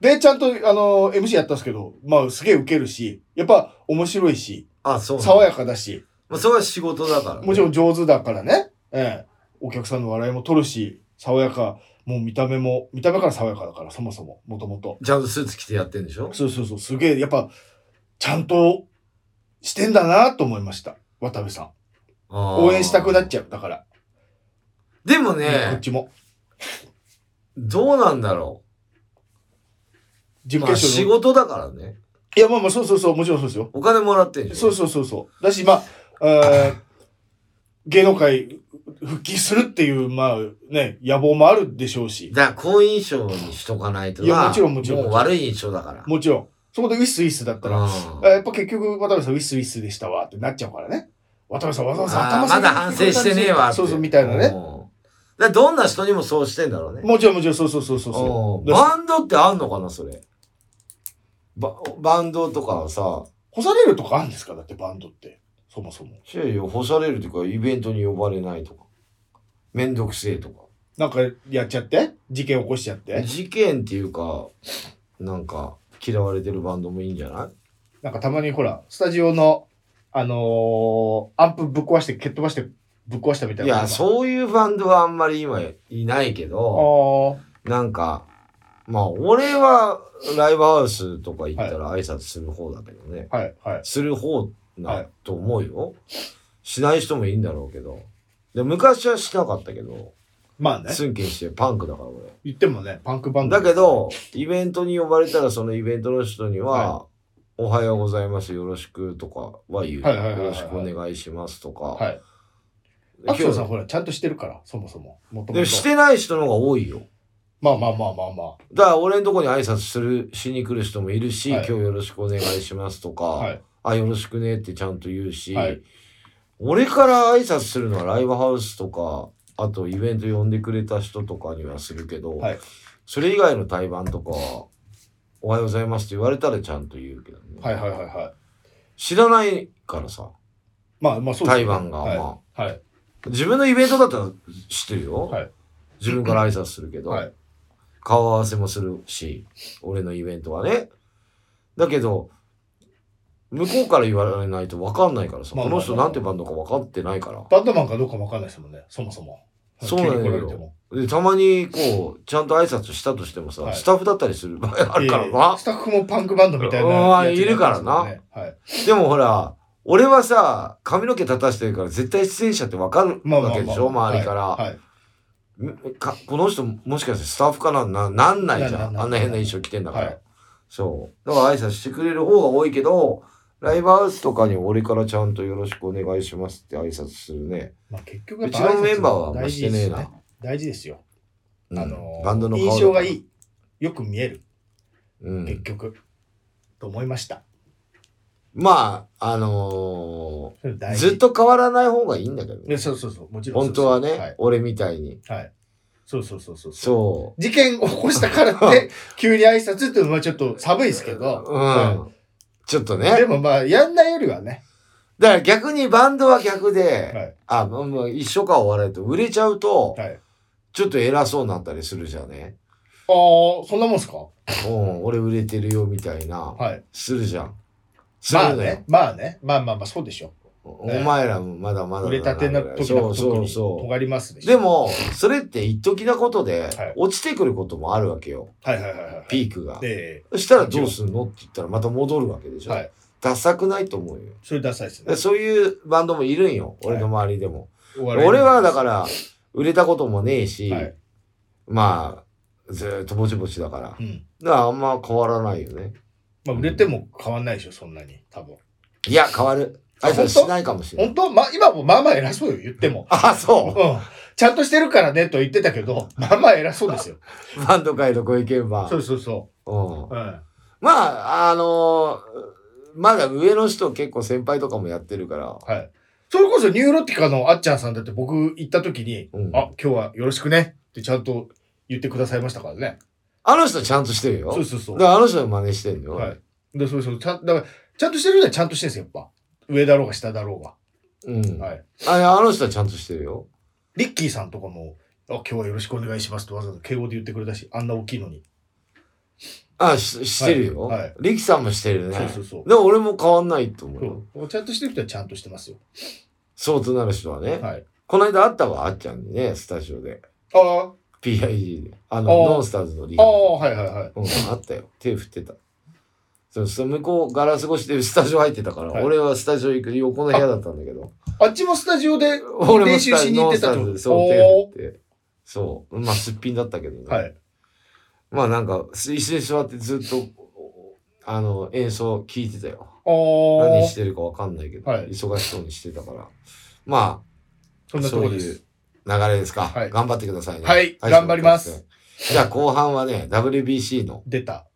B: で、ちゃんと、あの、MC やったんですけど、まあ、すげえウケるし、やっぱ面白いし、
A: あ、そうなんだ
B: 爽やかだし、
A: まあ、それは仕事だからね、
B: もちろ
A: ん。
B: ん上手だからね、ええ、お客さんの笑いも取るし、爽やか、もう見た目も、見た目から爽やかだから、そもそも、もともと。
A: ちゃんとスーツ着てやってんでしょ
B: そうそうそう、すげえ、やっぱ、ちゃんとしてんだなと思いました。渡部さん。応援したくなっちゃう、だから。
A: ゃでも
B: こっ
A: ね、
B: ちも。
A: どうなんだろう。
B: 準
A: まあ、
B: 決勝
A: 仕
B: の、
A: 事だからね。
B: いや、まあまあ、そうそうそう、もちろんそうですよ。
A: お金もらってんでしょ
B: そうそうそうそう。だし、まあ、えー芸能界復帰するっていう、まあね、野望もあるでしょうし、
A: だから好印象にしとかないとな。
B: いやもちろんもちろん
A: もう悪い印象だから。
B: もちろん、そこでウィスウィスだったら、
A: うん
B: あやっぱ結局、渡辺さんウィスウィスでしたわってなっちゃうからね。渡辺さんわざわざ
A: あ
B: 頭
A: ーま
B: 下げ
A: だ
B: て
A: 反省してねえわって。
B: そうそう、みたいな
A: うんだ
B: ね。
A: からどんな人にもそうしてんだろうね。
B: もちろんもちろん、そうそうそうそうそ
A: うん
B: う。だし
A: バンドってあんのかな、それ。ババンドとかはさ、
B: 干されるとかあるんですかだってバンドって。そもそも。
A: いやいや干されるとか、イベントに呼ばれないとか、めんどくせえとか。
B: なんかやっちゃって事件起こしちゃって
A: 事件っていうか、なんか、嫌われてるバンドもいいんじゃない
B: なんかたまにほら、スタジオの、あのーアンプぶっ壊して、蹴っ飛ばしてぶっ壊したみたい
A: い
B: な。
A: や、そういうバンドはあんまり今いないけど、
B: あ
A: なんか、まあ、俺はライブハウスとか行ったら挨拶する方だけどね。
B: あ、はい、はい。
A: する方
B: は
A: ないと思うよ。しない人もいいんだろうけど。で昔はしなかったけど、
B: まあね、
A: 寸ンしてパンクだから俺。
B: 言ってもね、パンクバンド。
A: だけ、ど、イベントに呼ばれたらそのイベントの人には、
B: は
A: おはようございます、よろしくとかは言う。
B: はいはいはいはい
A: よろしくお願いしますとか。
B: はい。
A: で
B: アクションさん
A: 今
B: ほら、ちゃんとしてるから、そもそも。もと
A: 日で
B: もと。
A: してない人の方が多いよ。
B: まあまあまあまあまあ。
A: だから俺のとこに挨拶する、しに来る人もいるし、
B: はい
A: 今日よろしくお願いしますとか、
B: はい
A: あ、よろしくねってちゃんと言うし、
B: はい
A: 俺から挨拶するのはライブハウスとか、あとイベント呼んでくれた人とかにはするけど、
B: はい
A: それ以外の対バンとかは、おはようございますって言われたらちゃんと言うけどね。
B: はいはいはいはい。
A: 知らないからさ、
B: まあまあそうです
A: 対バンが、
B: はい
A: ま
B: はい。
A: あ、自分のイベントだったら知ってるよ。
B: はい
A: 自分から挨拶するけど、
B: はい
A: 顔合わせもするし、俺のイベントはね。だけど、向こうから言われないと分かんないからさ、
B: まあ
A: こ
B: まあ
A: の人なんてバンドか分かってないから。
B: バンドマンかどうかもわかんないですもんね、そもそも。
A: そうな
B: 急
A: の
B: に来られて
A: よ
B: も。。
A: で、たまにこう、ちゃんと挨拶したとしてもさ、
B: はい
A: スタッフだったりする場合あるから
B: いえい
A: な
B: え。スタッフもパンクバンドみたいな
A: うわ
B: やつになってますもんね。はい。
A: でもほら、俺はさ、髪の毛立たしてるから絶対出演者って分かる
B: まあ
A: わ
B: まあまあ
A: けでしょ、周りから。
B: はい。
A: かこの人もしかしてスタッフかなななんないじ
B: な
A: ゃ
B: ん
A: ん
B: ない
A: あんな変な衣装着てんだから、
B: はい
A: そうだから挨拶してくれる方が多いけどライブハウスとかに俺からちゃんとよろしくお願いしますって挨拶するね
B: まあ結局や
A: う
B: っぱ
A: ちのメンバーはあん
B: 挨
A: ま
B: 拶大
A: し
B: 事
A: て
B: です
A: ねえ
B: よ
A: な、
B: 大事ですよ。
A: うん
B: あの
A: バンドの顔だ
B: 印象がいい。よく見える、
A: う
B: 結
A: ん、
B: 局。と思いました。
A: まああの
B: それ大
A: ー、
B: 事
A: ずっと変わらない方がいいんだけど
B: い
A: ね
B: やそうそうそう、もちろん。
A: 本当はね、
B: はい。
A: 俺みたいに
B: はいそうそうそうそう。う
A: そ
B: 事件を起こしたから って、急に挨拶っていうのはちょっと寒いですけ
A: う
B: ど。
A: うん、
B: は
A: ちょっと
B: いで
A: ね
B: もまあ、やんないよりはね。
A: だから逆にバンドは逆で、
B: はい。
A: あ、まあまあ、一緒か終わらないと売れちゃうと、
B: はい。あ
A: ちょっと偉そうになったりするじゃんね。
B: あー、そんなもんすか
A: うん、俺売れてるよみたいな、
B: はい。
A: するじゃん。す
B: まあ
A: るのよ
B: ね。。まあね。まあまあまあ、そうでしょ。
A: お前らもまだまだだな
B: 売れたての時
A: そ
B: の
A: う
B: 時
A: そう
B: に
A: そ
B: 尖りますで
A: う。
B: しょ
A: で、も、それって一時なことで、
B: い
A: 落ちてくることもあるわけよ。
B: はいはいはいはい。
A: ピークが。
B: え
A: そしたらどうするのって言ったらまた戻るわけでし
B: え
A: ょ。
B: はい。
A: ダサくないと思うよ。
B: それダサいですね
A: で。そういうバンドもいるんよ。俺の周りでも。俺
B: 俺
A: はだから、売れたこともねえし、
B: はい
A: まあ、ずーっとぼちぼちだから。だか
B: うん。
A: らあんま変わらないよね。
B: まあ、売れても変わんないでしょ、そんなに。多分。
A: いや、変わる。
B: あ
A: 挨拶
B: 本当
A: しないかもしれない。
B: 本当まあ、今もまあまあ偉そうよ、言っても。
A: あ、
B: うん
A: そ。
B: ちゃんとしてるからね、と言ってたけど、まあまあ偉そうですよ。
A: う。バンド界のご意見番。
B: そうそうそ
A: うん
B: う。。うん。
A: まあ、あのーまだ上の人結構先輩とかもやってるから。
B: はい。それこそニューロティカのあっちゃんさんだって僕行った時に、
A: うん
B: あ、今日はよろしくねってちゃんと言ってくださいましたからね。
A: あの人はちゃんとしてるよ。
B: そうそうそう
A: だからあの人は真似してるよ。
B: はいでそうそうちゃんだからちゃんとしてる人はちゃんとしてるんですよやっぱ上だろうが下だろうが
A: うん。
B: はい
A: あいやあの人はちゃんとしてるよ。
B: リッキーさんとかも「あ今日はよろしくお願いします」とわざわざ敬語で言ってくれたしあんな大きいのに
A: あ、ししてるよ。
B: はいはい
A: 力さんもしてるね。
B: そうそうそう
A: でも俺も変わんないと思うよ。
B: そうちゃんとしてる人はちゃんとしてますよ
A: そうとなる人はね。
B: はい
A: この間会ったわ、あっちゃんにね、スタジオで。
B: ああ
A: PIG で。あの、
B: あー
A: ノンスターズのリ
B: あ
A: ハ。
B: あはいはいはい
A: うん、あったよ。手振ってた。そうそう向こうガラス越しで スタジオ入ってたから、
B: はい
A: 俺はスタジオ行く横の部屋だったんだけど。
B: あっちもスタジオで
A: 俺も
B: 練
A: ス
B: 習
A: タ
B: しに行ってたって
A: ノ
B: こと
A: ン
B: で
A: ス
B: す
A: ターズそう、手振って。そう。まあ、すっぴんだったけどね。
B: はい
A: まあ、なんか、椅子に座ってずっと、あの、演奏聞いてたよ。
B: あ
A: 何し
B: あ
A: てるかわかんないけど、
B: はい
A: 忙しそうにしてたから。ま
B: そ
A: あ、
B: んなと
A: そ
B: こ
A: う
B: ろ
A: い
B: で
A: う
B: す
A: 流れですか。
B: はい
A: 頑張ってくださいね。
B: はい頑張ります
A: そうですねじゃあ後半はね、WBC の、
B: 出た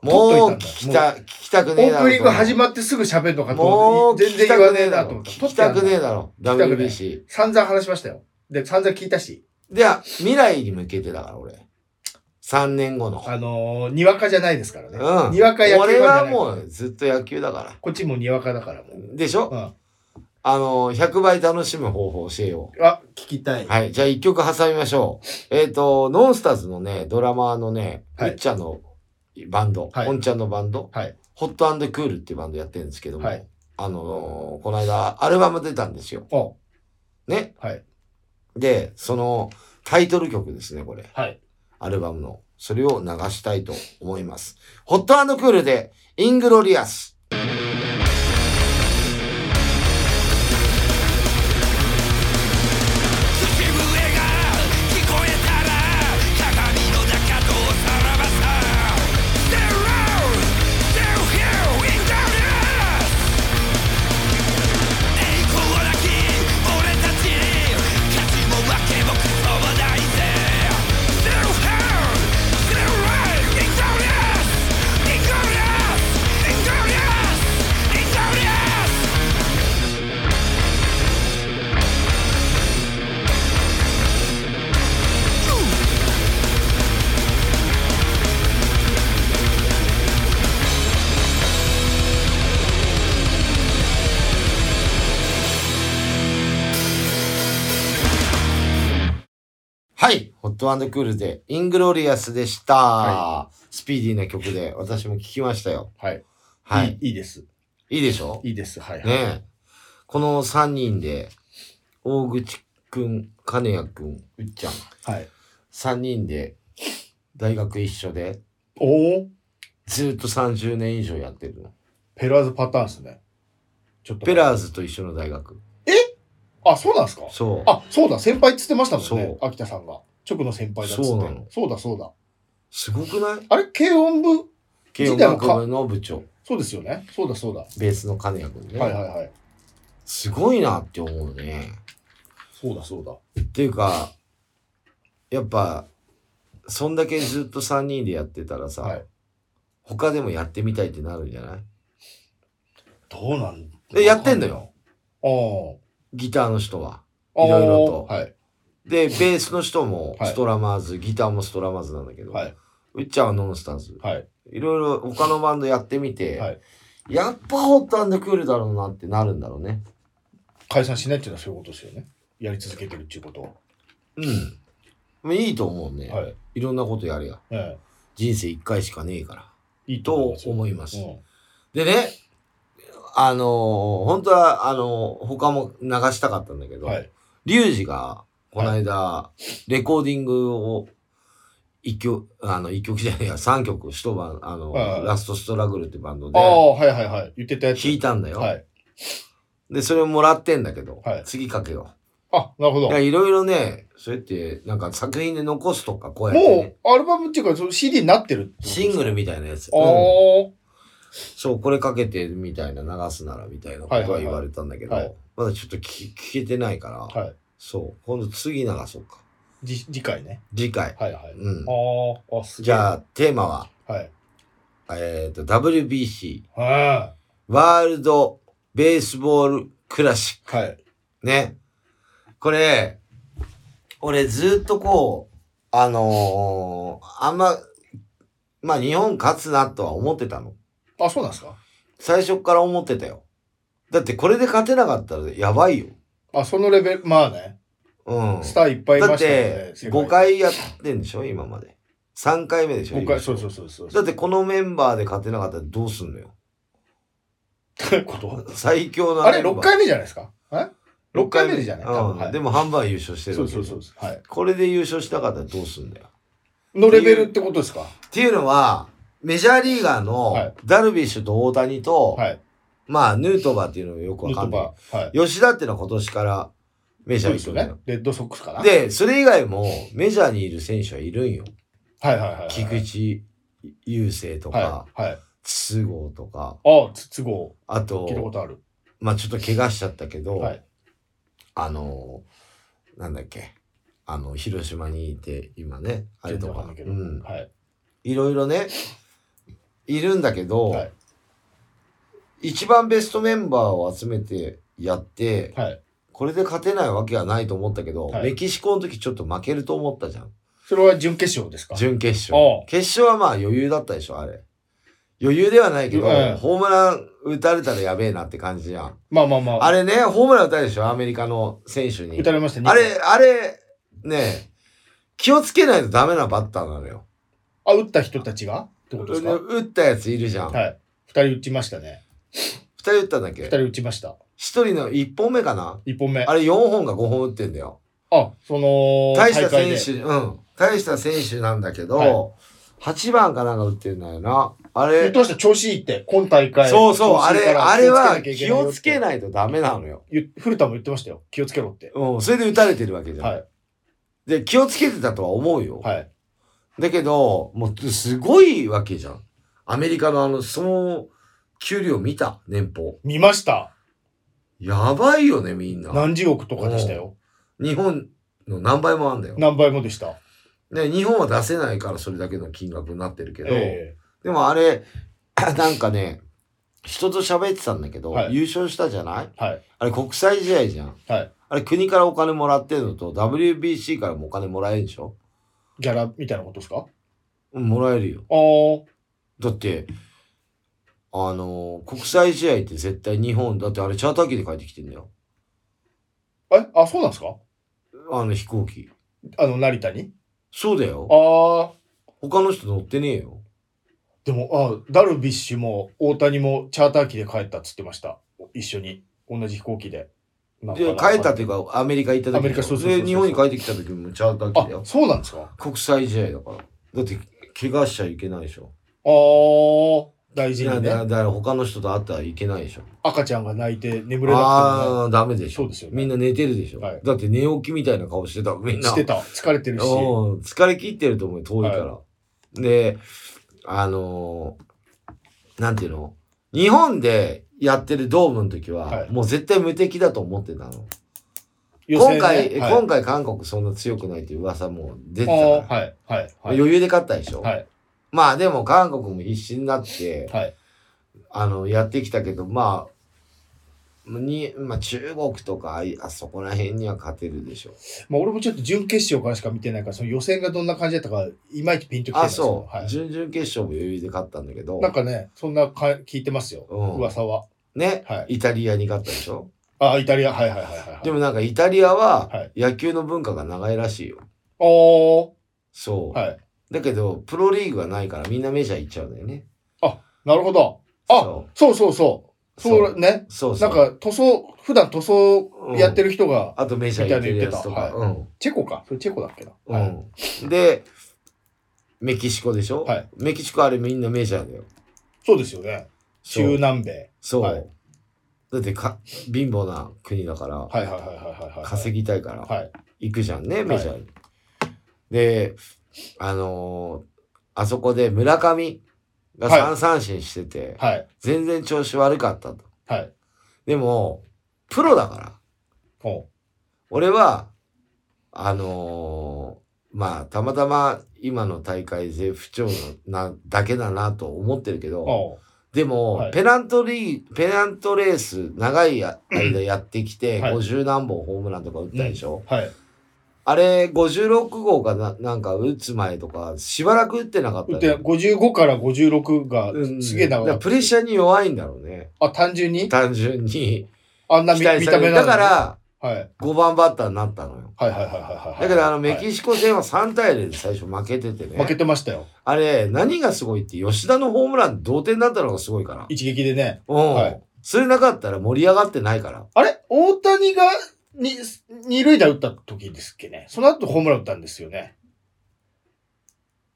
A: もう
B: 撮っといたん
A: 聞
B: だ
A: きた、聞きたく
B: オ
A: ねえだ
B: ー
A: ろ。
B: プニング始まってすぐ喋るのかと
A: も
B: 思
A: う
B: って全然言わねえなと思った
A: 聞きたくねえだろ。
B: きたくねえ
A: WBC。
B: 散々話しましたよで散々聞いたし
A: じゃあ、未来に向けてだから俺。3年後の。
B: あのーにわかじゃないですからね、
A: うん
B: にわか野球ファンじ
A: 俺
B: ゃない
A: はもうずっと野球だから。
B: こっちもにわかだからもう
A: でしょ、
B: うん
A: あの、100倍楽しむ方法を教えよう。
B: あ聞きたい
A: はい。じゃあ一曲挟みましょう。えっ、と、ノンスターズのね、ドラマーのね、
B: はい
A: いっちゃんのバンド、
B: はい
A: おんちゃんのバンド、
B: はい
A: ホットクールっていうバンドやってるんですけども、
B: はい
A: あのーこの間アルバム出たんですよ。
B: お
A: ね。
B: はい
A: で、そのタイトル曲ですね、これ。
B: はい
A: アルバムの。それを流したいと思います。ホットクールで、イングロリアス。
E: 口笛が聞こえたら鏡の中とおさらばさ The road, the hill, in the dust 栄光なき俺たち勝ちも負けもクソもないぜ The hell, the right, in the dust In the dust, in the dust, in the dust
A: はい。ホットクールで、イングロリアスでした、
B: は
A: スピーディーな曲で、私も聞きましたよ。
B: はい
A: はいい。
B: いいいです
A: いいでしょ
B: いいですはい、はい
A: ねえ。この3人で、大口くん、金谷くん、うっちゃん、
B: はい、
A: 3人で、大学一緒で、
B: おお
A: ずっと30年以上やってるの。
B: ペラーズパターンですねちょっと
A: ペラーズと一緒の大学。
B: あそうなんですか
A: そう。
B: あそうだ先輩っつってましたもんね
A: そ
B: 秋田さんが直の先輩だっつって
A: そうなの
B: そうだそうだ
A: すごくない
B: あれ軽音部
A: 軽音楽部の部長、
B: そうですよねそうだそうだ、
A: ベースの金谷くんね、
B: はいはいはい
A: すごいなって思うね。
B: そうだそうだ
A: っていうかやっぱそんだけずっと3人でやってたらさ、
B: はい
A: 他でもやってみたいってなるんじゃない
B: どうなん
A: でやってんのよ
B: あー
A: ギターの人は。
B: あー
A: いろいろと
B: はい
A: でベースの人も
B: はい
A: ストラマーズ、ギターもストラマーズなんだけど、
B: はいう
A: っちゃんはノンスターズ
B: はい
A: いろいろ他のバンドやってみて、
B: はい
A: やっぱホットクールだろうなってなるんだろうね
B: 解散しないっていうのはそういうことですよねやり続けてるっていうことは
A: うんまあいいと思うね、
B: はい、
A: いろんなことやるや
B: え
A: 人生1回しかねえから
B: え、いい
A: と思います
B: ようん
A: でね、あのー本当は、あのー他も流したかったんだけど、
B: はい。
A: リュウジが、この間、レコーディングを、一曲、あの、一曲じゃないや、三曲、一晩、あの、
B: はいはい
A: ラストストラグルってバンド
B: あ
A: で、
B: あ、はいはいはい。言ってたやつ。
A: 弾いたんだよ、
B: はい。
A: で、それをもらってんだけど、
B: はい
A: 次かけよ
B: あ、なるほ
A: う。
B: ど。
A: い
B: も
A: や、いろいろね、そうやって、なんか作品で残すとか、こうやって、ね、
B: う、アルバムっていうか、その CD になってるってことですか
A: シングルみたいなやつ。
B: あ
A: うん
B: あ、
A: そう、これかけてみたいな、流すならみたいなことは言われたんだけど、
B: はいはい
A: まだちょっと聞き聞けてないから、
B: はい。
A: そう、今度次流そうか。
B: じ次回ね。
A: 次回。
B: はいはい。
A: うん。
B: ああ、あ、すげえ。
A: じゃあ、テーマは、
B: はい。
A: えっ、と、WBC、
B: は
A: ワールドベースボールクラシッ
B: い。はい。
A: ク。ね。これ、俺ずっとこう、あのーあんままあ日本勝つなとは思ってたの。
B: あ、そうなんですか
A: 最初から思ってたよ。だってこれで勝てなかったらやばいよ。
B: あ、そのレベル、まあね、
A: うん。
B: スターいっぱいい
A: だ
B: ま
A: っ
B: したよ
A: て
B: ね。世界
A: 5。回やってんでしょ今まで。3回目でしょ
B: 5回、そうそうそうそう。
A: だってこのメンバーで勝てなかったらどうすんのよ。
B: こと
A: 最強な
B: あれ、
A: メンバー
B: 6回目じゃないですかえ ?6 回目でじゃない多
A: う
B: 分
A: ん
B: はい
A: でもハンバーグ優勝してる
B: そ
A: わ
B: う
A: け
B: そうそうそう。はい。
A: これで優勝したかったらどうすんだよ。
B: のレベルってことですか
A: っていうのは、メジャーリーガー
B: はい
A: のダルビッシュと大谷と、
B: はい。
A: まあ、ヌートバーっていうのもよくわ
B: ヌー
A: か
B: ト
A: んない
B: バ。ー。はい。
A: 吉田っていうのは今年からメジ
B: そ
A: ャー
B: うで
A: に
B: す
A: 行
B: よ
A: くの
B: ね
A: よ。。
B: レッドソックスかな。
A: で、それ以外もメジャーにいる選手はいるんよ。
B: はいはいはいはい。
A: 菊池雄星とか
B: は、い。はい。
A: 筒香とか、
B: ああ、つ都合。
A: あ
B: 聞いた
A: と
B: こ、とある。
A: まあちょっと怪我しちゃったけど、
B: はい
A: あの、なんだっけ、あの、広島にいて、今ね、あれと
B: わ
A: か
B: かんない、け
A: う
B: ど
A: ん、
B: はい。
A: いろいろね、いるんだけど、
B: はい
A: 一番ベストメンバーを集めてやって、
B: はい。
A: これで勝てないわけはないと思ったけど、
B: はい
A: メキシコの時ちょっと負けると思ったじゃん。
B: それは準決勝ですか
A: 準決
B: あ
A: 勝
B: あ。
A: 決勝はまあ余裕だったでしょ、あれ。余裕ではないけど、
B: ええ
A: ホームラン打たれたらやべえなって感じじゃん。
B: まあまあまあ。
A: あれね、ホームラン打たれたでしょ、アメリカの選手に
B: 打。たれましたね。
A: あれ、あれ、ね、気をつけないとダメなバッターなのよ。
B: あ、打った人たちがってことですか
A: 打ったやついるじゃん。二、
B: はい。二人打ちましたね。
A: 人打ったんだっ
B: 二
A: け
B: 人打ちました。
A: 一人の一本目かな
B: 一本目。
A: あ
B: あ、
A: れ4本が5本打ってんだよ。
B: その、
A: 大した
B: 大会で
A: 選手、うん。大した選手なんだけど、
B: はい
A: 8番かなんか打ってんだよな。あ
B: 言っ
A: れ
B: て、ました。調子いいって。今大会。
A: そうそう、あれ、あれは気をつけ
B: い。
A: ないとダメなのよ。
B: 言っ古田も言ってましたよ。気をつけろって。
A: うん。それで打たれてるわけじゃん。
B: はい。
A: で、気をつけてたとは思うよ。
B: はい。
A: だけど、もうすごいわけじゃん。アメリカのあの、その、給料見た年俸。
B: 見ました。
A: やばいよね、みんな。
B: 何十億とかでしたよ。
A: 日本の何倍もあんだよ。
B: 何倍もでした。
A: ね、日本は出せないからそれだけの金額になってるけど、
B: え
A: でもあれ、 なんかね、人と喋ってたんだけど、
B: はい
A: 優勝したじゃない
B: えはい。
A: あれ国際試合じゃん。
B: はい
A: あれ国からお金もらってるのと、WBC からもお金もらえるでしょ
B: ギャラみたいなことですか
A: うんもらえるよ。
B: あー
A: だって、あのー国際試合って絶対日本、だってあれチャーター機で帰ってきてんだよ。
B: え、あ、そうなんですか
A: あの飛行機。
B: あの、成田に
A: そうだよ
B: あ。あ。
A: 他の人乗ってねえよ。
B: でも、あ、ダルビッシュも大谷もチャーター機で帰ったっつってました。一緒に。同じ飛行機で。なんか
A: で、帰ったっていうか、アメリカ行った時
B: アメリカそうそうそうそう
A: で、日本に帰ってきた時もチャーター機
B: あ
A: だよ、。
B: そうなんですかあ
A: 国際試合だから。だって、怪我しちゃいけないでしょ。
B: あー、大
A: い
B: 事
A: や
B: に
A: だ
B: ね。
A: だから他の人と会ったらいけないでしょ。
B: 赤ちゃんが泣いて眠れな
A: ああー、ダメで
B: くて
A: し
B: もね、そう
A: ょ。
B: ですよね。
A: みんな寝てるでしょ。
B: はい
A: だって寝起きみたいな顔してた、みんな。
B: してた。疲れてるし。
A: うん疲れ切ってると思うよ、遠いから。で、あのーなんていうの日本でやってるドームの時は、
B: はい
A: もう絶対無敵だと思ってたの。
B: 予
A: 今
B: 選ね
A: 回、
B: はい
A: 今回韓国そんな強くないっていう噂も出て
B: あ
A: たから
B: ー、はい、はい、はい。
A: 余裕で勝ったでしょ、
B: はい
A: まあでも韓国も必死になって、
B: はい
A: あのやってきたけどまあに、まあ、中国とかあいあそこら辺には勝てるでしょ
B: まあ、俺もちょっと準決勝からしか見てないから、その予選がどんな感じだったか、いまいちピンときてない
A: あ
B: んですけど
A: そ。う、
B: はい
A: 準々決勝も余裕で勝ったんだけど
B: なんかね、そんなか聞いてますよ。
A: うん
B: 噂は。
A: ね
B: はい。
A: イタリアに勝ったでしょ
B: あ、イタリア、はいはいはいはいはい。
A: でもなんかイタリア
B: は
A: はい野球の文化が長いらしいよ
B: お
A: そう、
B: ー、はい。
A: だけどプロリーグがないからみんなメジャー行っちゃうんだよね
B: なるほど。あ、
A: そ
B: そうそうそう。
A: う
B: そう
A: そう
B: ね。
A: そうそ
B: な
A: うん
B: か塗装、普段塗装やってる人が、
A: あとメジャー行ってるやつと
B: みたい
A: か、
B: なの
A: うん
B: チェコか。それチェコだっけな。
A: う
B: はい
A: んで、メキシコでしょ、
B: はい
A: メキシコあれみんなメジャーだよ。
B: そうですよね。
A: そう
B: 中南米。
A: そう。
B: はい
A: だってか、貧乏な国だから、
B: はいはいはいはいはいはい。
A: 稼ぎたいから、
B: はい。
A: 行くじゃんね、メジャーに。で、あのーあそこで村上が
B: はい
A: 3三振してて、
B: はい。
A: 全然調子悪かったと。
B: はい。
A: でも、プロだから、
B: おう
A: 俺は、あのーまあ、たまたま今の大会で不調なだけだなと思ってるけど、
B: おう
A: でも、
B: はい
A: ペナントリー、ペナントレー ス長い間やってきて、
B: はい
A: 50何本ホームランとか打ったでしょ、
B: はい。
A: あれ、56号かななんか打つ前とか、しばらく打ってなかった、
B: で、55から56が
A: うん
B: すげえな、
A: だからプレッシャーに弱いんだろうね。
B: あ、単純に
A: 単純に。
B: あんな見
A: 期待
B: 見
A: さ
B: た
A: れ
B: 目
A: る。
B: なの
A: だ
B: に
A: から、
B: はい。
A: 5番バッターになったのよ。
B: はいはいはいはいはい。
A: だけど、あの、メ
B: はい
A: キシコ戦は3対0で最初負けててね。
B: 負けてましたよ。
A: あれ、何がすごいって、吉田のホームラン同点だったのがすごいから。
B: 一撃でね。
A: うん。
B: はい
A: それなかったら盛り上がってないから。
B: あれ大谷が、に、二塁打打った時ですっけね。その後ホームラン打ったんですよね。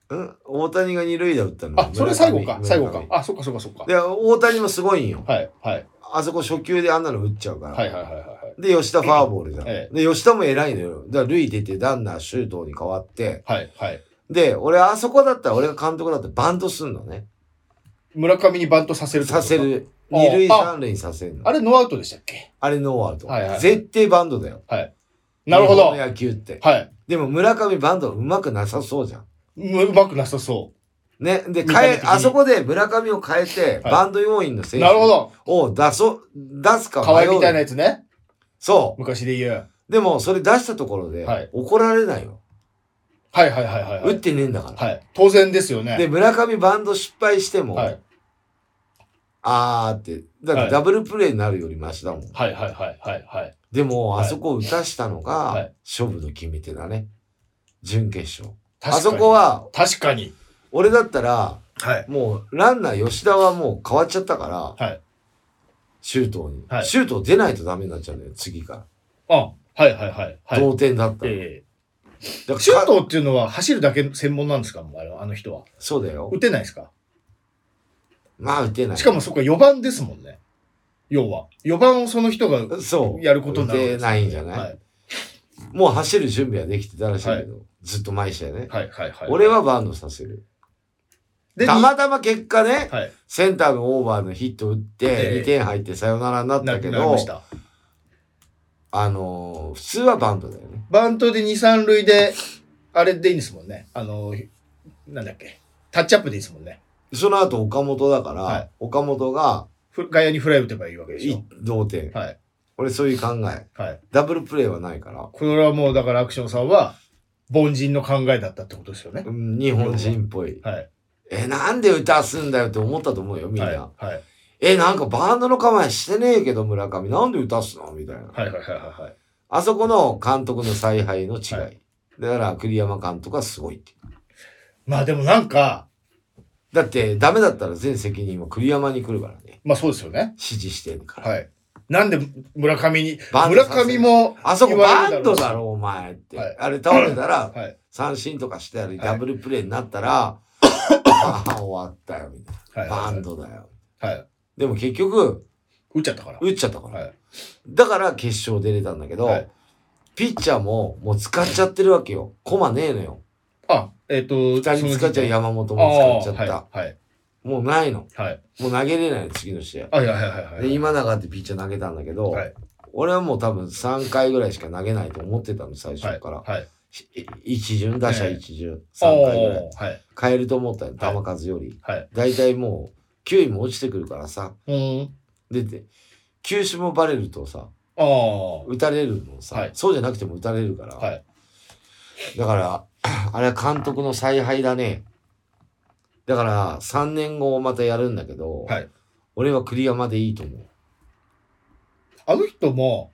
A: うん大谷が二塁打打ったの。
B: あ、それ最後
A: 村
B: か。
A: 上
B: 最後
A: 村
B: か
A: 上。
B: あ、そっかそっかそっか。
A: で、大谷もすごいんよ。
B: はいはい。
A: あそこ初球であんなの打っちゃうから。
B: はいはいはいはいはい。
A: で、吉田フォアボールじゃん。
B: え
A: で、吉田も偉いのよ。だから、塁出て、ランナー、周東に変わって。
B: はいはい。
A: で、俺、あそこだったら、俺が監督だったらバントすんのね。
B: 村上にバントさせるってこ
A: さ
B: と
A: せ。る。
B: あ
A: 二塁
B: あ
A: 三塁にさせるの。
B: あ
A: あれ
B: れノーアウトでしたっけ
A: ノーアウト、
B: はいはい
A: 絶対バントだよ。
B: なるほ
A: 日本の
B: ど。
A: 野球って。
B: はい。
A: でも、村上バントうまくなさそうじゃん。
B: ううまくなさそ
A: ね。で、
B: 見た目
A: 変え
B: 的、に
A: あそこで村上を変えて、
B: はい
A: バンド要員の
B: う。
A: 選
B: なるほ
A: 手
B: ど。
A: を出そう、出すか
B: 河合みたいな
A: う。
B: やつね。
A: そ
B: 昔で言う。
A: う。でも、それ出したところで
B: はい、
A: 怒られないよ。
B: はいはいはいはいは
A: 打っ
B: い。
A: てねえんだから。
B: はい。当然ですよね。
A: で、村上バンド失敗しても、
B: はい
A: あーって、だっ
B: は
A: て
B: い
A: ダブルプレーになるよりマシだもん。
B: はいはいはいはいはい。
A: でも、
B: は
A: あ
B: い
A: そこを打たしたの
B: は
A: が
B: い、
A: 勝負の決め手だね。準決勝。
B: 確か
A: あ
B: に
A: そこ。は、
B: 確かに。
A: 俺だったら、
B: はい。
A: もう、ランナー吉田はもう変わっちゃったから、
B: はい。
A: 周東に。
B: はい
A: 周東出ないとダメになっちゃうのよ、次か
B: あ、はいはいはい。は
A: ら。
B: い。
A: 同点だったの。
B: え
A: だ
B: え
A: か
B: シュ
A: ら
B: ートっていうのは走るだけ専門なんですかもうあのあの人は。
A: そうだよ
B: 打。てないですか
A: まあ、打てない。
B: しかもそこは4番ですもんね。要は。4番をその人が
A: そう。
B: やることになるわけ
A: 打て
B: ですよ
A: ないんじゃない、
B: はい
A: もう走る準備はできてたらしいけど、ずっと毎試合ね。
B: はいはいはい。
A: 俺はバンドさせる。
B: で、
A: たまたま結果ね、
B: はい。
A: センターのオーバーのヒット打って、
B: ええ
A: 2点入ってサヨナラになっ
B: な
A: た
B: く
A: け
B: なり
A: ど
B: まし、た。
A: あのー普通はバンドだよね。
B: バントで2、3塁で、あれでいいんですもんね。あの、なんだっけ。タッチアップでいいですもんね。
A: その後岡本だから、
B: はい
A: 岡本が
B: ふ外野にフライ打てばいいわけでし
A: い
B: ょ。
A: 同点。
B: はい。
A: 俺そういう考え。
B: はい。
A: ダブルプレーはないから、
B: これはもうだからアクションさんは、凡人の考えだったってことですよね
A: う。ん日本人っぽい。
B: はい。
A: え、なんで歌すんだよって思ったと思うよ、みんな。
B: はい。はい。
A: え、なんかバンドの構えしてねえけど、村上、なんで歌すのみたいな。
B: はいはいはいはいはい。
A: あそこの監督の采配の違い。
B: は
A: だから、栗山監督はすごいって。
B: まあでもなんか、
A: だって、ダメだったら全責任は栗山に来るからね。
B: まあそうですよね。
A: 指示してるから。
B: はい。なんで村上に、
A: バンド
B: 村
A: させる
B: 上も、
A: あそこ
B: 言わ
A: バ
B: れ
A: ン
B: るだろ
A: ド
B: うし
A: だろ、お前って。
B: はい
A: あれ倒れたら、
B: はい。
A: 三振とかしたり、
B: い
A: ダブルプレーになったら、ああ、終わったよ、みたい
B: はい。
A: な。バンドだよ。
B: はい。
A: でも結局、
B: 打っちゃったから。
A: 打っちゃったから。
B: はい。
A: だから決勝出れたんだけど、
B: はい
A: ピッチャーももう使っちゃってるわけよ。コマねえのよ。
B: あ、えっ、と、
A: 二人使っちゃう
B: っ
A: 山本
B: と
A: も使っちゃった。
B: はい。
A: もうないの。
B: はい。
A: もう投げれないの、次の試合。
B: はい。はいはいはいはい。
A: で、今永ってピッチャー投げたんだけど、
B: はい
A: 俺はもう多分3回ぐらいしか投げないと思ってたの、最初から。
B: はい。はい。
A: ひ一巡、打者一巡、
B: あ
A: 3回ぐらい。
B: ーはい。
A: 変えると思ったよ、球数より。
B: はい。
A: 大体もう、球威も落ちてくるからさ。
B: うん。
A: で、で球種もバレるとさ、
B: ああ。
A: 打たれるのさ、
B: はい
A: そうじゃなくても打たれるから。
B: はい。
A: だから、 あれは監督の采配だね。だから、3年後またやるんだけど、
B: はい
A: 俺は栗山でいいと思う。
B: あの人も、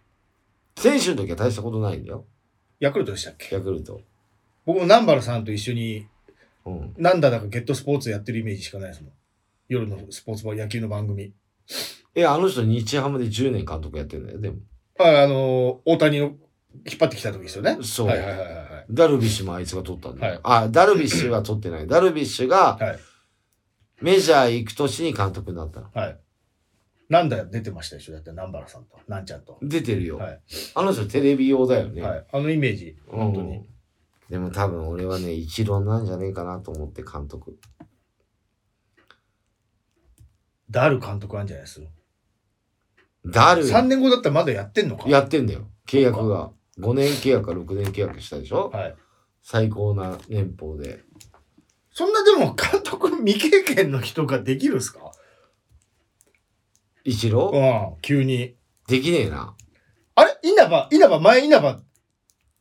A: 選手の時は大したことないんだよ、
B: ヤクルトでしたっけ
A: ヤクルト。
B: 僕も南原さんと一緒に、
A: うん。
B: なんだだかゲットスポーツやってるイメージしかないですもん。夜のスポーツバー野球の番組。
A: え、あの人、日ハムで10年監督やってんだよ、でも。
B: ああの、大谷の引っ張ってきた時ですよね。
A: そう。
B: はいはいはいはいはい。
A: ダルビッシュもあいつが取ったんだよ。
B: はい
A: あ、ダルビッシュは取ってない。ダルビッシュが
B: はい。
A: メジャー行く年に監督になったの。
B: はい。なんだよ、出てましたでしょだって、南原さんと、なんちゃんと。
A: 出てるよ。
B: はい
A: あの人テレビ用だよね。
B: はい。あのイメージ、
A: うん
B: 本当に。。
A: でも多分俺はね、一郎なんじゃねえかなと思って監督。
B: ダル監督あんじゃないです
A: ダル
B: ?3 年後だったらまだやってんのか
A: やってんだよ。契約が。5年契約か6年契約したでしょ
B: はい。
A: 最高な年俸で。
B: そんなでも監督未経験の人ができるんすか
A: 一
B: う
A: 郎
B: ん、急に。
A: できねえな。
B: あれ稲葉、稲葉、前稲葉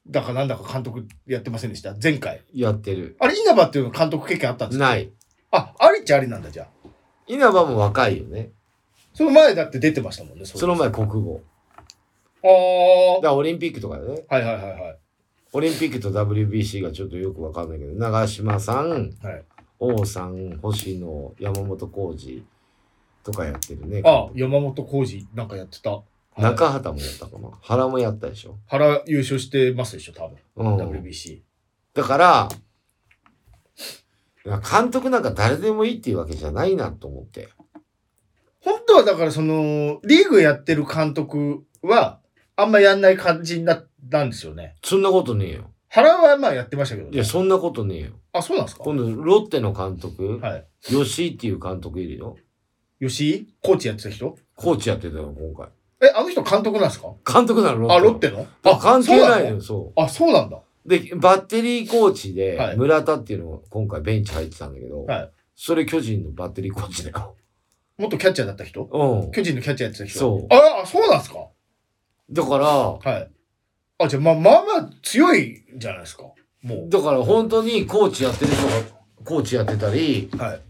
B: だかなんだか監督やってませんでした前回。
A: やってる。
B: あれ、稲葉っていうの監督経験あったんですか
A: ない。
B: あ、ありっちゃありなんだ、じゃあ。
A: 稲葉も若いよね。
B: その前だって出てましたもんね、
A: その前国語。
B: ああ
A: だからオリンピックとかだよね。
B: はいはいはいはい。
A: オリンピックと WBC がちょっとよくわかんないけど、長嶋さん、
B: はい
A: 王さん、星野、山本浩二とかやってるね。
B: あ、山本浩二なんかやってた。はい
A: 中畑もやったかな。原もやったでしょ。
B: 原優勝してますでしょ、多分。
A: うん、
B: WBC。
A: だから、監督なんか誰でもいいっていうわけじゃないなと思って。
B: 本当はだからその、リーグやってる監督は、あんまやんない感じになったんですよね。
A: そんなことねえよ。
B: 原はまあやってましたけど
A: いや、
B: ね。
A: そんなことねえよ。
B: あ、そうなんですか
A: 今度、ロッテの監督、
B: はい。
A: 吉井っていう監督いるよ。
B: 吉井コーチやってた人
A: コーチやってたよ、今回。
B: え、あの人監督なんですか
A: 監督なのロッテの。
B: あ、ロッテの
A: あ、関係ないの
B: そ
A: よ、
B: う
A: そ
B: のあ、そうなんだ。
A: う。で、バッテリーコーチ
B: は
A: で
B: い、
A: 村田っていうのが今回ベンチ入ってたんだけど、
B: はい
A: それ巨人のバッテリーコーチだ よ。
B: 元キャッチャーだった人
A: うん。
B: 巨人のキャッチャーやってた人
A: そう
B: ああ、そうなんですか
A: だから、
B: はい。あ、じゃあ、まあ、まあまあ強いじゃないですか。もう。
A: だから本当にコーチやってる人がコーチやってたり、
B: はい。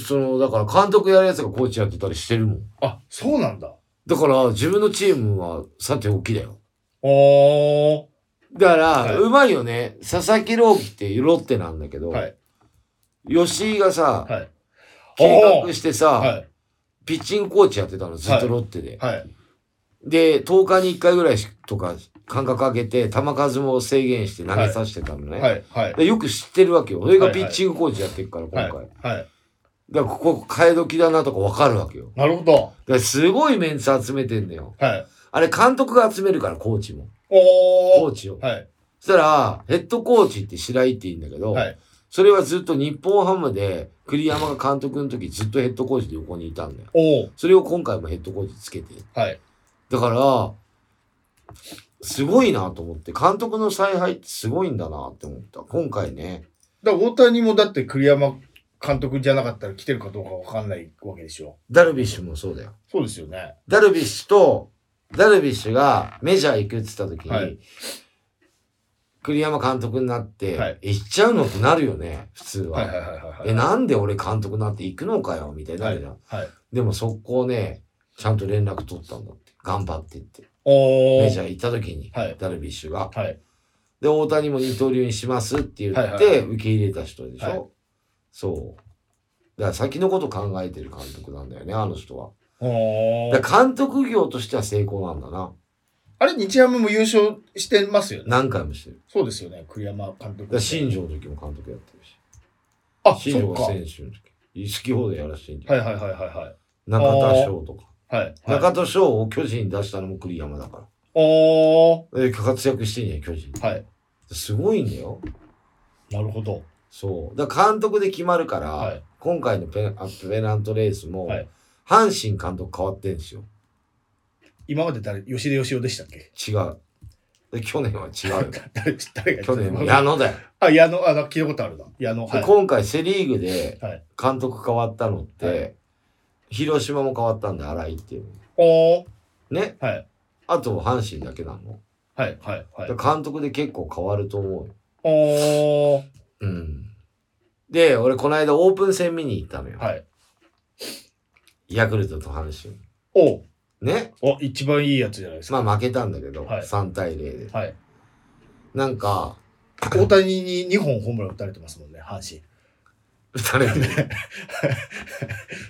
A: その、だから監督やるやつがコーチやってたりしてるもん。
B: あ、そうなんだ。
A: だから自分のチームはさておきだよ。
B: おー。
A: だから、
B: いう
A: まいよね。佐々木朗希ってロッテなんだけど、
B: はい
A: 吉井がさ、
B: はい。
A: 計画してさ、
B: はい。
A: ピッチングコーチやってたの、ずっとロッテで。
B: はい。
A: で、10日に1回ぐらいしとか間隔空けて、球数も制限して投げさせてたのね。
B: はい。はい。
A: でよく知ってるわけよ。俺
B: は
A: が
B: い
A: ピッチングコーチやってるから、今回。
B: はい。はい。
A: だから、ここ変え時だなとかわかるわけよ。
B: なるほど。
A: だからすごいメンツ集めてんのよ。
B: はい。
A: あれ、監督が集めるから、コーチも。コ
B: お
A: ー
B: ー。
A: チを。
B: はい。
A: そしたら、ヘッドコーチって白井って言うんだけど、
B: はい。
A: それはずっと日本ハムで、栗山が監督の時ずっとヘッドコーチで横にいたんだよ。
B: おー。
A: それを今回もヘッドコーチつけて。
B: はい。
A: だから、すごいなと思って、監督の采配ってすごいんだなって思った。今回ね。
B: だから大谷もだって栗山監督じゃなかったら来てるかどうかわかんないわけでしょ。
A: ダルビッシュもそうだよ。
B: そうですよね。
A: ダルビッシュと、ダルビッシュがメジャー行くって言った時に、
B: はい
A: 栗山監督になって、
B: はい
A: え行っちゃうのってなるよね、普通は。
B: はいはいはいはい。
A: え、なんで俺監督になって行くのかよ、みたいになるじゃん。
B: はい。
A: でも速攻ね、ちゃんと連絡取ったんだって。頑張ってって。
B: おー。
A: メジャー行った時に、
B: はい
A: ダルビッシュが。
B: はい。
A: で、大谷も二刀流にしますって言
B: はい
A: っ
B: はいはい
A: て、受け入れた人でしょ、
B: はい
A: そう。だから先のこと考えてる監督なんだよね、あの人は。
B: お
A: だ
B: ー。
A: から監督業としては成功なんだな。
B: あれ、日ハムも優勝してますよね。
A: 何回もしてる。
B: そうですよね、栗山監督。
A: だから新庄の時も監督やってるし。
B: あ、そ
A: 新
B: っ
A: 庄
B: か。
A: が
B: はい
A: 選手の時。好き放題やらしてんじゃん。
B: はいはいはいは
A: 中田翔とか。
B: い。はい。
A: 中田翔を巨人に出したのも栗山だか
B: おー。
A: ら。で活躍してんじゃん、巨人。
B: はい。
A: すごいんだよ。
B: なるほど。
A: そう。だから監督で決まるから、
B: はい
A: 今回のペナあペナントレースも、
B: はい
A: 阪神監督変わってんですよ。
B: 今まで誰、吉田義雄でしたっけ
A: 違う。で去年は違うよ。
B: 誰、誰が
A: 去年は
B: や
A: 矢野だよ。
B: あ、矢野、あ、なんか聞いたことあるな。矢野、は
A: で
B: い。
A: 今回セ・リーグで
B: はい
A: 監督変わったのって、
B: はい
A: 広島も変わったんで、新井っていう
B: おー。
A: の。ね。
B: はい。
A: あと阪神だけなの。
B: はい、はい、はい
A: だ。から監督で結構変わると思うよ。
B: おー。
A: うん。で、俺この間オープン戦見に行ったのよ。
B: はい。
A: ヤクルトと阪神。
B: お
A: ね。
B: お、一番いいやつじゃないですか。
A: まあ負けたんだけど、
B: はい
A: 3対0で。
B: はい。
A: なんか、
B: 大谷に2本ホームラン打たれてますもんね、阪神。
A: 打たれ て。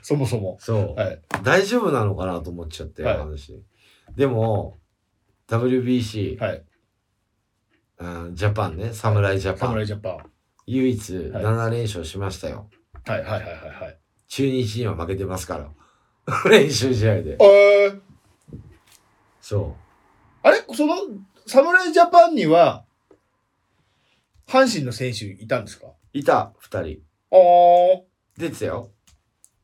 B: そもそも。
A: そう、
B: はい。
A: 大丈夫なのかなと思っちゃって、
B: はい
A: 話。でも、WBC、
B: はい。
A: うんジャパンね、侍ジャパン、
B: 侍ジャパン。
A: 唯一
B: はい
A: 7連勝しましたよ。
B: はい、はい、はい、はい、はい。
A: 中日には負けてますから。 練習試合で。
B: えー、
A: そ
B: あれその、侍ジャパンには、阪神の選手いたんですか
A: う。いた、2人。
B: おー。
A: 出てたよ。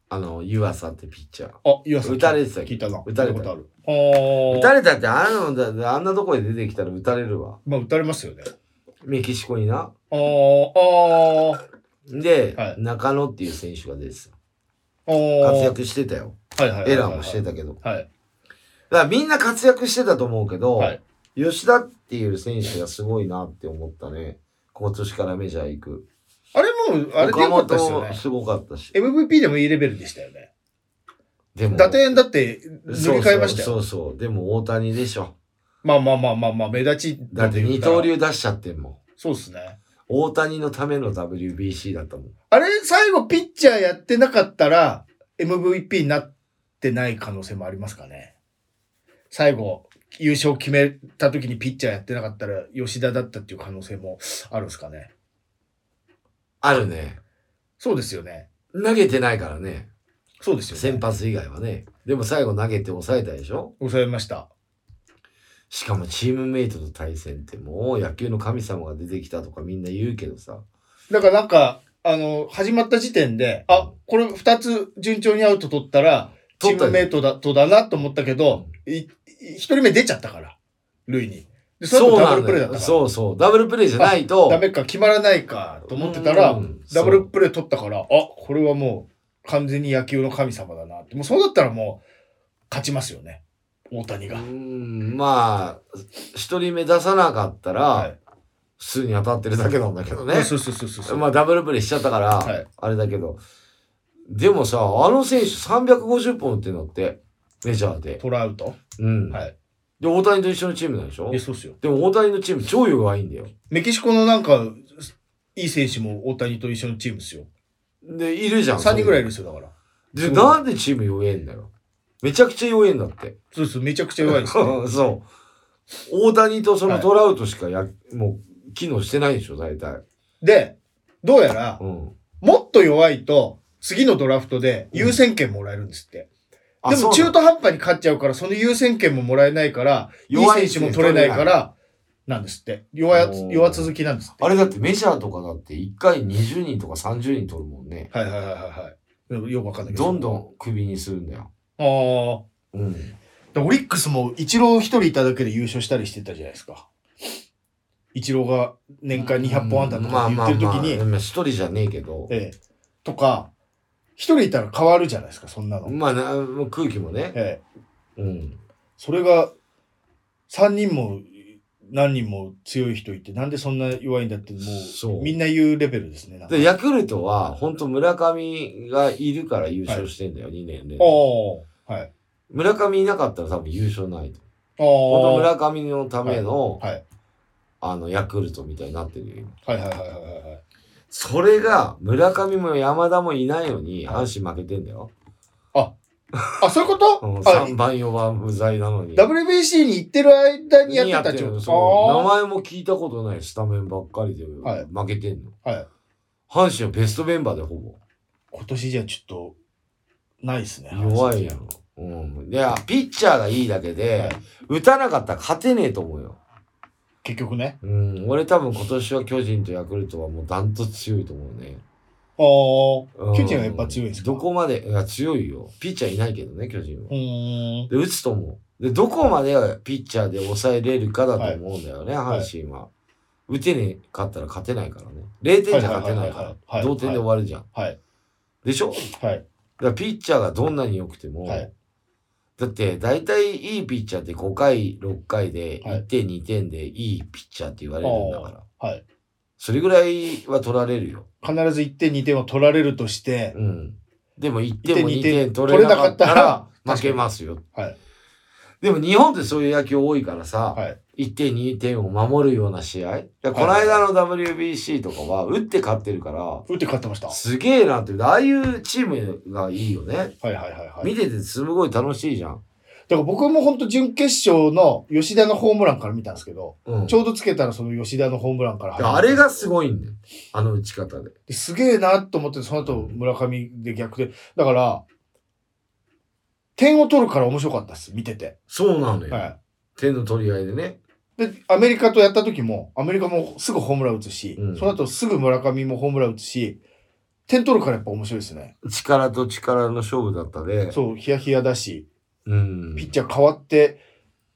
A: あの、湯浅ってピッチャー。
B: あ、いや、そう
A: 打たれてた
B: 聞いたな。
A: 打たれ
B: 聞
A: た
B: いことある。おー。
A: 打たれたってあんなのだあんなとこで出てきたら打たれるわ。
B: まあ、打たれますよね。
A: メキシコにな。
B: あー、あー、
A: で、
B: はい
A: 中野っていう選手が出て
B: あー。
A: た。活躍してたよ。
B: はいはいはいはいはい。
A: エラーもしてたけど。
B: はい。
A: だからみんな活躍してたと思うけど、
B: はい
A: 吉田っていう選手がすごいなって思ったね。今年からメジャー行く。
B: あれもう、あれでよかったですよ
A: 岡本
B: ね。
A: すごかったし。
B: MVP でもいいレベルでしたよね。
A: でも
B: 打点だって、
A: そ
B: 塗り
A: う
B: 替えましたよ。
A: そうそうそう。でも大谷でしょ。
B: まあまあまあまあまあ、目立ち。
A: だって二刀。流出しちゃってんもん。
B: そうですね。
A: 大谷のための WBC だったもん。
B: あれ、最後ピッチャーやってなかったら、MVP になってない可能性もありますかね。最後、優勝決めた時にピッチャーやってなかったら、吉田だったっていう可能性もあるんですかね。
A: あるね。
B: そうですよね。
A: 投げてないからね。
B: そうですよね。
A: 先発以外はね。でも最後投げて抑えたでしょ
B: 抑えました。
A: しかもチームメイトと対戦ってもう野球の神様が出てきたとかみんな言うけどさ。
B: だからなんか、あの、始まった時点で、あ、これ2つ順調にアウト取ったら、チ
A: 取
B: ー
A: った
B: ム
A: よ
B: メイトだとだなと思ったけど、1人目出ちゃったから、塁に。で、そ
A: そ
B: の後
A: う
B: ダ
A: な
B: ブル
A: ん
B: プ
A: だ
B: レーだった
A: よ。
B: から。
A: そうそう。ダブルプレイじゃないと。
B: ダメか、決まらないかと思ってたら
A: う、ん
B: ダブルプレー取ったから、あ、これはもう完全に野球の神様だなって。もうそうだったらもう、勝ちますよね。大谷
A: そう
B: が
A: う。んまあ、一人目出さなかったら、
B: はい
A: 普通に当たってるだけなんだけどね。
B: そうそうそうそうそう。
A: まあダブルプレイしちゃったから、
B: はい
A: あれだけど。でもさ、あの選手350本打ってんだって、メジャーで。
B: トラウト。
A: うん。
B: はい
A: で、大谷と一緒のチームなんでしょ
B: え、そうっすよ。
A: でも大谷のチーム超弱いんだよ。
B: メキシコのなんか、いい選手も大谷と一緒のチームですよ。
A: で、いるじゃん。
B: 3人ぐらい
A: い
B: いるんですよ、だから。
A: で、なんでチーム弱えんだよ。めちゃくちゃ弱えんだって。
B: そうそう、めちゃくちゃ弱いです、ね。
A: そう。大谷とそ
B: は
A: の
B: い
A: トラウトしかや、もう、機能してないでしょ、大体。
B: で、どうやら、
A: うん。
B: もっと弱いと、次のドラフトで優先権もらえるんですって。
A: あ
B: で
A: そう
B: も
A: な
B: 中
A: の
B: 途半端に勝っちゃうから、その優先権ももらえないから、い
A: 弱
B: い
A: い
B: 選手も取れないから、なんですって。弱や
A: おー
B: 弱続きなんですって。
A: あれだってメジャーとかだって1回20人とか30人取るもんね。
B: はいはいはいはいはい。よくわかんないけど。
A: どんどんクビにするんだよ。
B: あー
A: うん。
B: でオリックスもイチロー一人いただけで優勝したりしてたじゃないですか。イチローが年間200本安打とかって言ってる時に
A: まあまあ、まあ、一人じゃねえけど。
B: ええ、とか、一人いたら変わるじゃないですか、そんなの。
A: まあな、もう空気もね。
B: ええ、
A: うん。
B: それが、三人も何人も強い人いて、なんでそんな弱いんだって、も
A: そう
B: う、みんな言うレベルですね。なんか
A: で、ヤクルトは、本当村上がいるから優勝してんだよ、2年で。
B: おーはい。
A: 村上いなかったら多分優勝ないと。本当
B: おー
A: 村上のための、
B: はい
A: あの、ヤクルトみたいになってるよ、今
B: はいはいはいはいはい。
A: それが、村上も山田もいないのに、阪神負けてんだよ。
B: あ、そういうこと、
A: うん
B: あ
A: 3番、4番無罪なのに。
B: WBC に行ってる間にやってたって
A: に
B: こ
A: る
B: と
A: そう名
B: あ
A: 前も聞いたことないスタメンばっかりで
B: はい
A: 負けてんの。
B: ーはい。
A: 阪神はベストメンバーでほぼ。
B: 今年じゃちょっと、ないですね。
A: 弱いやん。うん。いや、ピッチャーがいいだけで、
B: はい
A: 打たなかったら勝てねえと思うよ。
B: 結局ね。
A: うん。俺多分今年は巨人とヤクルトはもうダントツ強いと思うね。
B: あー
A: うん
B: 巨人はやっぱ強いんですか
A: どこまで、いや、強いよ。ピッチャーいないけどね、巨人は
B: う。ーん。
A: で、打つと思う。で、どこまでがピッチャーで抑えれるかだと思うんだよね、
B: はい
A: 阪神は。打てねえかったら勝てないからね。0点じゃ勝てない
B: はいはい
A: か
B: はいは
A: ら。
B: い
A: 同点で終わるじゃん。
B: はい。
A: でしょ
B: はい。
A: だからピッチャーがどんなに良くても、
B: はい
A: だって大体いいピッチャーって5回、6回で
B: はい
A: 1点、2点でいいピッチャーって言われるんだから。
B: はい。
A: それぐらいは取られるよ。
B: 必ず1点、2点は取られるとして、
A: うん。でも1点も
B: 1.2
A: 2
B: 点
A: 点取れなかったら
B: 取れなかったら
A: 負けますよ。
B: はい
A: でも日本ってそういう野球多いからさ、
B: はい
A: 1点、2点を守るような試合。いやこの間の WBC とかは打って勝ってるから、
B: 打って勝ってました。は
A: すげえなって、ああいうチームがいいよね。
B: いはいはいはい。
A: 見ててすごい楽しいじゃん。
B: だから僕も本当準決勝の吉田のホームランから見たんですけど、
A: うん
B: ちょうどつけたらその吉田のホームランから
A: であれがす
B: い。
A: ごいんだよ。あの打ち方で。
B: ですげえなと思って、その後村上で逆転。だから、点を取るから面白かったです、見てて。
A: そうなのよ。
B: は
A: 点の取り合いでね。
B: い。で、アメリカとやった時も、アメリカもすぐホームラン打つし、
A: うん
B: その後すぐ村上もホームラン打つし、点取るからやっぱ面白いですね。
A: 力と力の勝負だったで。
B: そう、ヒヤヒヤだし、
A: うん
B: ピッチャー変わって、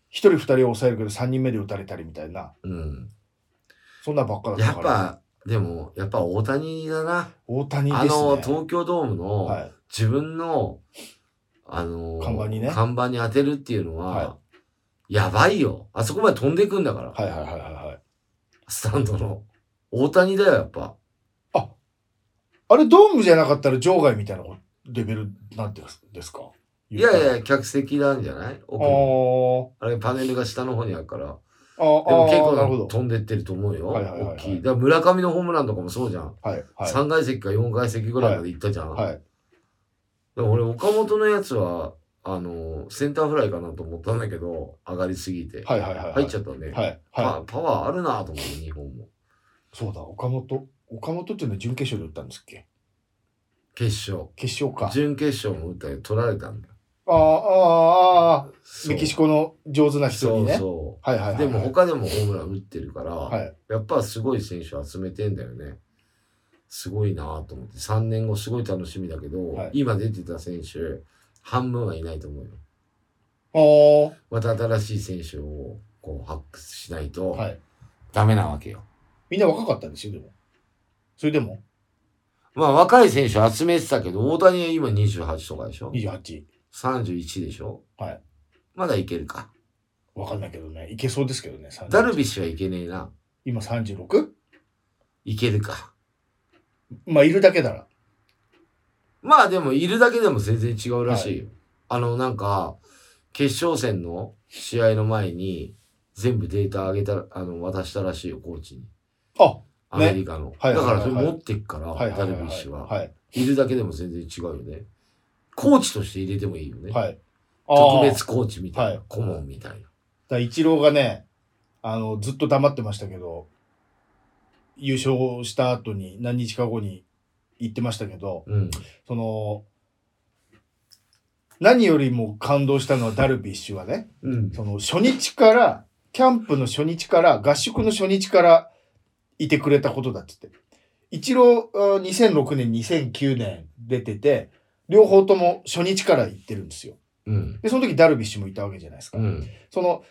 B: 一人二人を抑えるけど三人目で打たれたりみたいな、
A: うん。
B: そんなばっかだっ
A: や
B: た
A: っ
B: から。
A: ぱ、でも、やっぱ大谷だな。
B: 大谷です
A: あ
B: ね。
A: の、東京ドーム
B: は
A: の
B: い。
A: 自分の、あの、
B: 看板にね
A: 看板に当てるっていうのは、
B: は
A: やばいよ。あそこまで飛んでくんだから。
B: はいはいはいはいはい。
A: スタンドの。大谷だよ、やっぱ。
B: あれ、ドームじゃなかったら場外みたいなレベルなんてですか
A: いやい
B: や。
A: や、客席なんじゃない
B: あ
A: 奥に
B: ー
A: あれ、パネルが下の方にあるから。
B: あー。
A: でも結構
B: なるほど。
A: 飛んでってると思うよ。
B: はいはいはいは
A: 大
B: い
A: きい。だから村上のホームランとかもそうじゃん。
B: はいはい。
A: 3階席か4階席ぐらいまで行ったじゃん。
B: はい。
A: でも俺、岡本のやつは、あの、センターフライかなと思ったんだけど、上がりすぎて。
B: はいはいはい。
A: 入っちゃったね。
B: はい。は
A: パパワーあるなと思う、日本も。
B: い。そうだ、岡本。岡本っていうのは準決勝で打ったんですっけ
A: 決勝。
B: 決勝か。
A: 準決勝も打ったけど、取られたんだよ。
B: あーあー、あー
A: そう
B: メキシコの上手な人にね。
A: そう
B: はい
A: そ
B: はい
A: う。
B: はい。
A: でも他でもホームラン打ってるから、
B: はい。
A: やっぱすごい選手集めてんだよね。すごいなと思って。3年後すごい楽しみだけど、
B: はい
A: 今出てた選手、半分はいないと思うよ。
B: あー
A: また新しい選手をこう発掘しないと
B: はい。
A: ダメなわけよ。
B: みんな若かったんですよ、でも。それでも
A: まあ若い選手集めてたけど、大谷は今28とかでしょ
B: ?28。
A: ?31 でしょ
B: はい。
A: まだいけるか。
B: わかんないけどね。いけそうですけどね。38
A: ダルビッシュはいけねえな。
B: 今 36?
A: いけるか。
B: まあ、いるだけなら。
A: まあでも、いるだけでも全然違うらしいよ。あの、なんか、決勝戦の試合の前に、全部データあげた、あの、渡したらしいよ、コーチに。
B: あ
A: ア
B: ね
A: メリカの。
B: はい
A: だ
B: は
A: か
B: いはい
A: ら、それ
B: はい
A: 持ってっから、
B: はいはい
A: ダ
B: はい
A: ル
B: はい。
A: ビッシュは。
B: はい。
A: いるだけでも全然違うよね。コーチとして入れてもいいよね。
B: はい。
A: 特別
B: あー。
A: コーチみたいな、
B: はい
A: 顧問みたいな。
B: だ一郎がね、あの、ずっと黙ってましたけど、優勝した後に、何日か後に言ってましたけど、
A: うん。
B: その、何よりも感動したのはダルビッシュはね、
A: うん。
B: その初日から、キャンプの初日から、合宿の初日からいてくれたことだって言って。一郎、あー2006年、2009年出てて、両方とも初日から行ってるんですよ。
A: うん。
B: で、その時ダルビッシュもいたわけじゃないですか
A: う。ん。
B: その、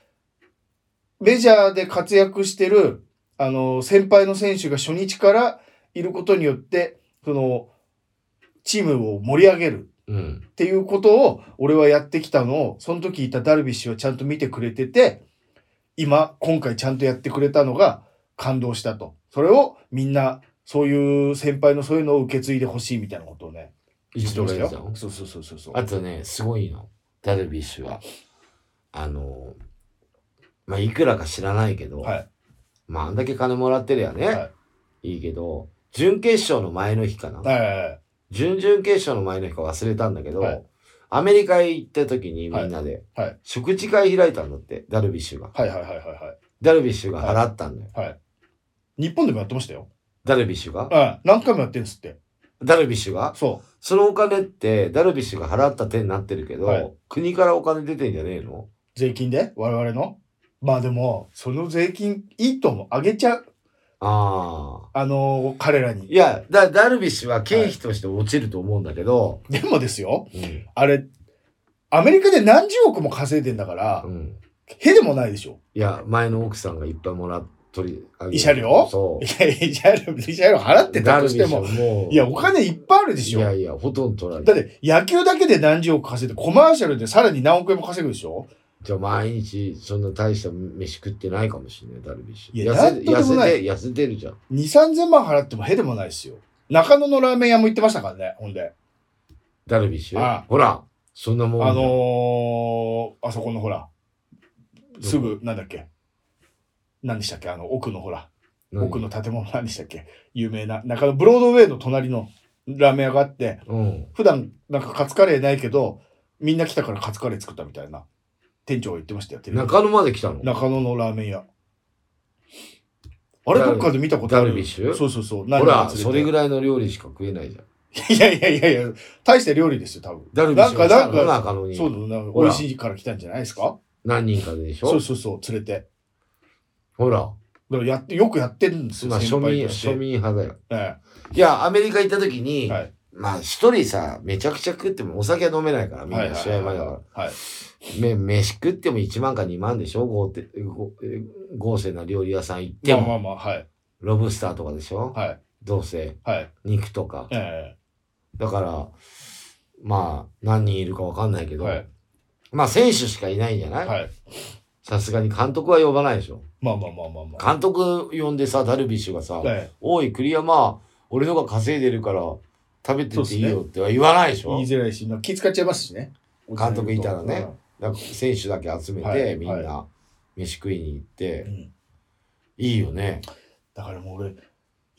B: メジャーで活躍してる、あの、先輩の選手が初日からいることによって、その、チームを盛り上げる
A: うん。
B: っていうことを、俺はやってきたのを、その時いたダルビッシュはちゃんと見てくれてて、今、今回ちゃんとやってくれたのが感動したと。それをみんな、そういう先輩のそういうのを受け継いでほしいみたいなことをね。
A: 一度
B: 言ってま
A: や
B: した
A: よ
B: よ。そうそうそうそうそう。
A: あとね、すごいの。ダルビッシュは。あの、まあ、いくらか知らないけど、
B: はい
A: まあ、あんだけ金もらってるやね。、
B: はい
A: いけど、準決勝の前の日かな。
B: はいはいはい
A: 準々決勝の前の日か忘れたんだけど、
B: はい
A: アメリカへ行った時にみんなで、
B: はいはい
A: 食事会開いたんだって、ダルビッシュが。
B: はいはいはいはいはい。
A: ダルビッシュが払ったんだよ。
B: 日本でもやってましたよ。
A: ダルビッシュが
B: はい。何回もやってるんですって。
A: ダルビッシュが
B: そ
A: そのお金って、ダルビッシュが払った手になってるけど、
B: はい
A: 国からお金出てんじゃねえの
B: う。税金で我々の。まあでも、その税金、いいともあげちゃう。
A: ああ。
B: あのー彼ら
A: い
B: に。
A: や、だ、ダルビッシュは経費として落ちると思うんだけど、
B: でもですよ、
A: うん
B: あれ、アメリカで何十億も稼いでんだから
A: う、ん。
B: へでもないでしょ。
A: いや、前の奥さんがいっぱいもらっとり、あげ
B: 慰謝料
A: そ
B: いや、慰謝料、慰謝料払っ
A: う。
B: てたとして
A: ダル
B: も
A: ビ、ッシュもう
B: いや、お金いっぱいあるでし
A: いや
B: ょ。
A: いや、ほとんど取られ。
B: だってて、野球だけで何十億稼いで、コマーシャルでさらに何億円も稼ぐでしょ。
A: じゃあ毎日、そんな大した飯食ってないかもしれない、ダルビッシュ。
B: いや
A: 痩せ
B: なんとでもな
A: 痩せ
B: い
A: て、痩せてるじゃん。
B: 2、3千万払ってもへでもないですよ。中野のラーメン屋も行ってましたからね、ほんで。
A: ダルビッシュ。
B: ああ
A: ほら、そんなもんじゃん。
B: あのー、あそこのほら、すぐ、なんだっけ。何でしたっけあの、奥のほら、
A: 何
B: 奥の建物何でしたっけ有名な、中野、ブロードウェイの隣のラーメン屋があって、
A: うん。
B: 普段なんかカツカレーないけど、みんな来たからカツカレー作ったみたいな、店長が言ってましたよ。テレビで
A: 中野まで来たの
B: 中野のラーメン屋。あれ、
A: ダル
B: どっかで見たことある
A: ダルビッシュ
B: そうそうそう。
A: ほら、それぐ
B: ら
A: らいの料理しか食えないじゃん。
B: い。いやいやいやいや、大した料理ですよ、多分。
A: ダルビッシュが来たの
B: なんかなん
A: 中野に。
B: そうだ、なんか
A: ほ
B: 美
A: ら
B: 味しいから来たんじゃないですか
A: 何人かでしょ
B: そうそうそう、連れて。
A: ほら、
B: だからやって、よくやってるんですよ、
A: まあ
B: 先
A: 庶
B: 輩
A: 民、
B: として
A: 庶民派だよ。
B: え
A: いや、アメリカ行った時に、
B: えはい。
A: まあ一人さ、めちゃくちゃ食ってもお酒は飲めないから、みん
B: はい
A: な試合前だから。
B: はい。
A: め、飯食っても1万か2万でしょ豪て豪え豪勢な料理屋さん行って
B: まあ
A: も、
B: まあまあ、はい。
A: ロブスターとかでしょ、
B: はい。
A: どうせ、
B: はい。
A: 肉とか。
B: え
A: だから、まあ、何人いるかわかんないけ
B: え
A: ど、
B: はい。
A: まあ選手しかいないんじゃない、
B: はい。
A: さすがに監督は呼ばないでしょ。
B: まあまあまあまあまあ。
A: 監督呼んでさ、ダルビッシュがさ、
B: はい
A: おい、栗山、俺のが稼いでるから、食べてっていいよっては言わないでしょ。
B: 言いづらいし、まあ気使っちゃいますしね。
A: 監督いたらねなんか選手だけ集めて、
B: はい
A: みんな
B: は
A: 飯食いに行って、
B: うん。うん
A: い、いよね。
B: だからもう俺、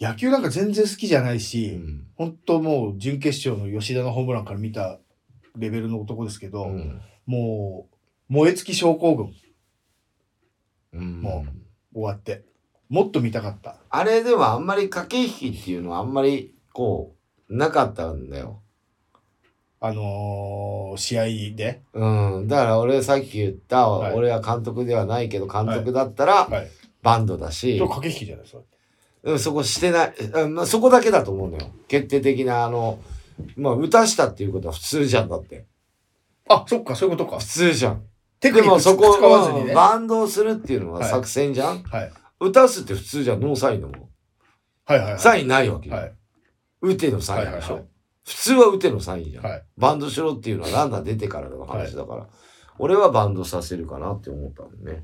B: 野球なんか全然好きじゃないうし、
A: ん。
B: 本当もう準決勝の吉田のホームランから見たレベルの男ですけど、
A: うん。
B: もう燃え尽き症候群
A: うん
B: も終わって、もっと見たかった。
A: あれではあんまり駆け引きっていうのはあんまりこう、なかったんだよ。
B: あのー、試合で。
A: うん。だから俺さっき言った、
B: はい
A: 俺は監督ではないけど、監督だったら
B: はい。
A: バンドだし、
B: と駆け引きじゃないですか。
A: うんそこしてない、うんまあ、そこだけだと思うのよ。決定的な、あの、まあ、歌したっていうことは普通じゃんだって。
B: あ、そっか、そういうことか
A: 普。通じゃん。
B: テク
A: で
B: ニッ
A: も
B: ク使
A: そこ
B: 使わずにね。
A: うん
B: は
A: バンドをするっていうのは
B: はい
A: 作戦じゃん、
B: い。
A: 歌すって普通じゃん、ノーサインのもん。
B: はいはいは
A: サインないわけ
B: い。
A: よ。
B: はい。
A: 打てのサ
B: は
A: イ
B: い
A: ン
B: はい
A: でしょ、
B: はい。
A: 普通は打てのサインじゃん、
B: はい
A: バンドしろっていうのはランナー出てからの話だから、俺はバンドさせるかなって思ったんだね。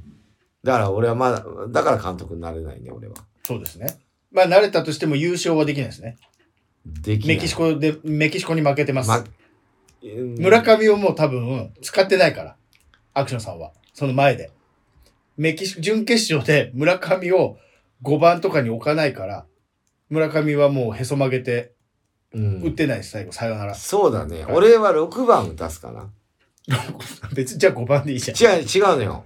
A: だから俺はまだ、だから監督になれないね、俺は。
B: そうですね。まあ、慣れたとしても優勝はできないですね。
A: できない。
B: メキシコで、メキシコに負けてます。
A: まうん
B: 村上をもう多分使ってないから。アクションさんは。その前で。メキシコ、準決勝で村上を5番とかに置かないから、村上はもうへそ曲げて、
A: うん
B: 打ってないです、最後、さよなら。
A: そうだね。
B: はい
A: 俺は6番打たすかな。
B: 別に、じゃあ5番でいいじゃん。
A: 違う、違うのよ。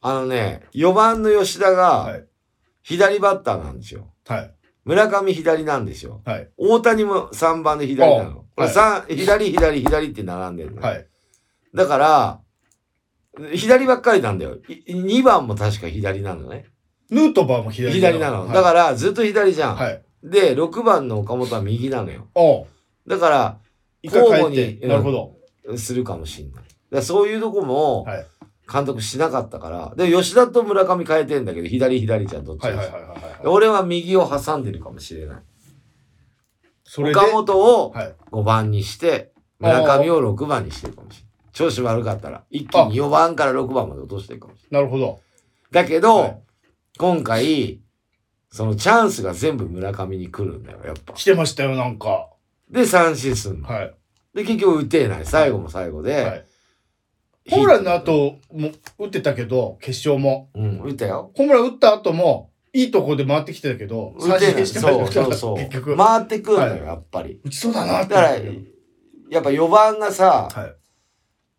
A: あのね、4番の吉田
B: は
A: が
B: い、
A: 左バッターなんですよ。
B: はい。
A: 村上左なんですよ。
B: はい。
A: 大谷も3番で左なの。こ
B: あは
A: れ
B: い
A: 三左、左、左って並んでるの。
B: はい。
A: だから、左ばっかりなんだよ。い2番も確か左なのね。
B: ヌートバーも左
A: 左なの。
B: はい
A: だから、ずっと左じゃん。
B: はい。
A: で、6番の岡本は右なのよ。
B: おう
A: だから、
B: 一回変
A: 交
B: え
A: 互
B: て。
A: に
B: なるほど。
A: するかもしんない。だからそういうとこも
B: はい、
A: 監督しなかったから。で、吉田と村上変えてんだけど、左、左じゃん、どっち
B: はい
A: も
B: はいはいはい
A: で
B: はい。
A: 俺は右を挟んでるかもしれない。
B: それで、
A: 岡本を
B: はい。
A: 5番にして、村上を6番にしてるかもしれない。調子悪かったら、一気
B: あ
A: に4番から6番まで落としてるかもしれ
B: なるほど。
A: ない。だけど、
B: はい
A: 今回、そのチャンスが全部村上に来るんだよ、やっぱ。
B: 来てましたよ、なんか。
A: で、三振すんの。
B: はい。
A: で、結局打てない。最後も最後で。
B: はいホームランの、後も打ってたけど、決勝も。
A: うん、打ったよ。
B: ホームラン打った後も、いいとこで回ってきてたけど、
A: 打てない。
B: してま
A: そう
B: した
A: そう
B: よ
A: そう。
B: 結局。
A: 回ってくるの
B: はい
A: よ、やっぱり。
B: 打ちそうだな
A: だ
B: って
A: か
B: 思っ
A: ら
B: たけど。、
A: やっぱ4番がさ、
B: はい。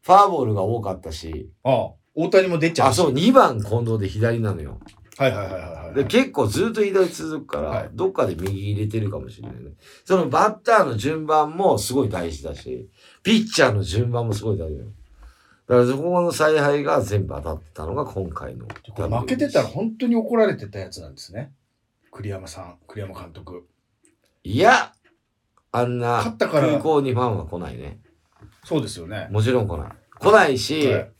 A: ファーボールが多かったし、
B: ああ、大谷も出ちゃう。
A: あ、そう、2番近藤で左なのよ。
B: はいはいはいはいは
A: で
B: い。
A: 結構ずっと左続くから、
B: はい
A: どっかで右入れてるかもしれないね。そのバッターの順番もすごい大事だし、ピッチャーの順番もすごい大事だよ。だからそこの采配が全部当たってたのが今回の。
B: これ負けてたら本当に怒られてたやつなんですね。栗山さん、栗山監督。
A: いや、あん
B: 勝
A: な
B: ったから
A: 空港にファンは来ないね。
B: そうですよね。
A: もちろん来ない。来ないし、
B: はい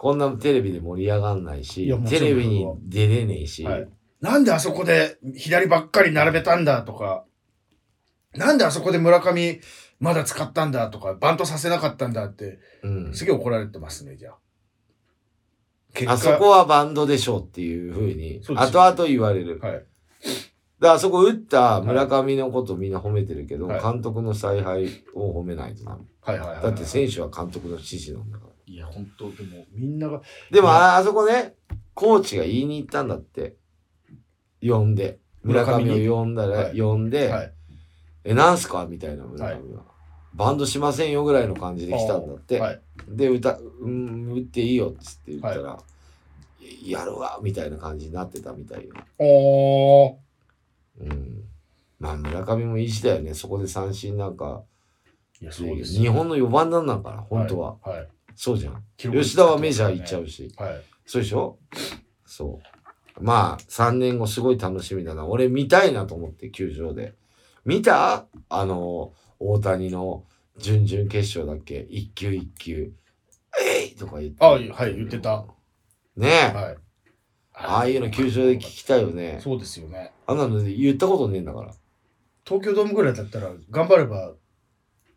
A: こんなテレビで盛り上がんないし
B: いやも、ちろ
A: テ
B: ん
A: レビに出れねえし、
B: はい、なんであそこで左ばっかり並べたんだとか、なんであそこで村上まだ使ったんだとか、バントさせなかったんだって、
A: うん、
B: すげえ怒られてますね、じゃあ。結
A: あそこはバンドでしょうっていうふうに、
B: そうで
A: 後
B: すよね
A: 々言われる。
B: はい。
A: だからそこ打った村上のことみんな褒めてるけど、
B: はい
A: 監督の采配を褒めないとダメ。
B: はいはいはいはい。
A: だって選手は監督の指示なんだから。
B: いや、本当でも、みんなが、
A: でもああそこね、コーチが言いに行ったんだって。呼んで。村
B: 村上に
A: 上を呼んだら、
B: はい
A: 呼んで、
B: はい。
A: え、なんすかみたいな村上は、バンドしませんよぐらいの感じで来たんだって。
B: はい。
A: で、歌、うん、打っていいよっつって言ったら、やるわみたいな感じになってたみたいよ。
B: おー。
A: うん。まあ村上も意地だよね。そこで三振なんか、
B: いや、
A: 日本の4番なんなんかな、本当は。。
B: はい。はい
A: そうじゃん。吉田はメジャー行っちゃ。うし。
B: はい。
A: そうでしょそう。まあ、3年後すごい楽しみだな。俺見たいなと思って、球場で。見たあの、大谷の準々決勝だっけ一球一球。えいとか言って。
B: あはい言ってた。
A: ねえ。
B: はい。
A: ああいうの球場で聞きたいよね。
B: そうですよね。
A: あんなの言ったことねえんだから。
B: 東京ドームぐらいだったら、頑張れば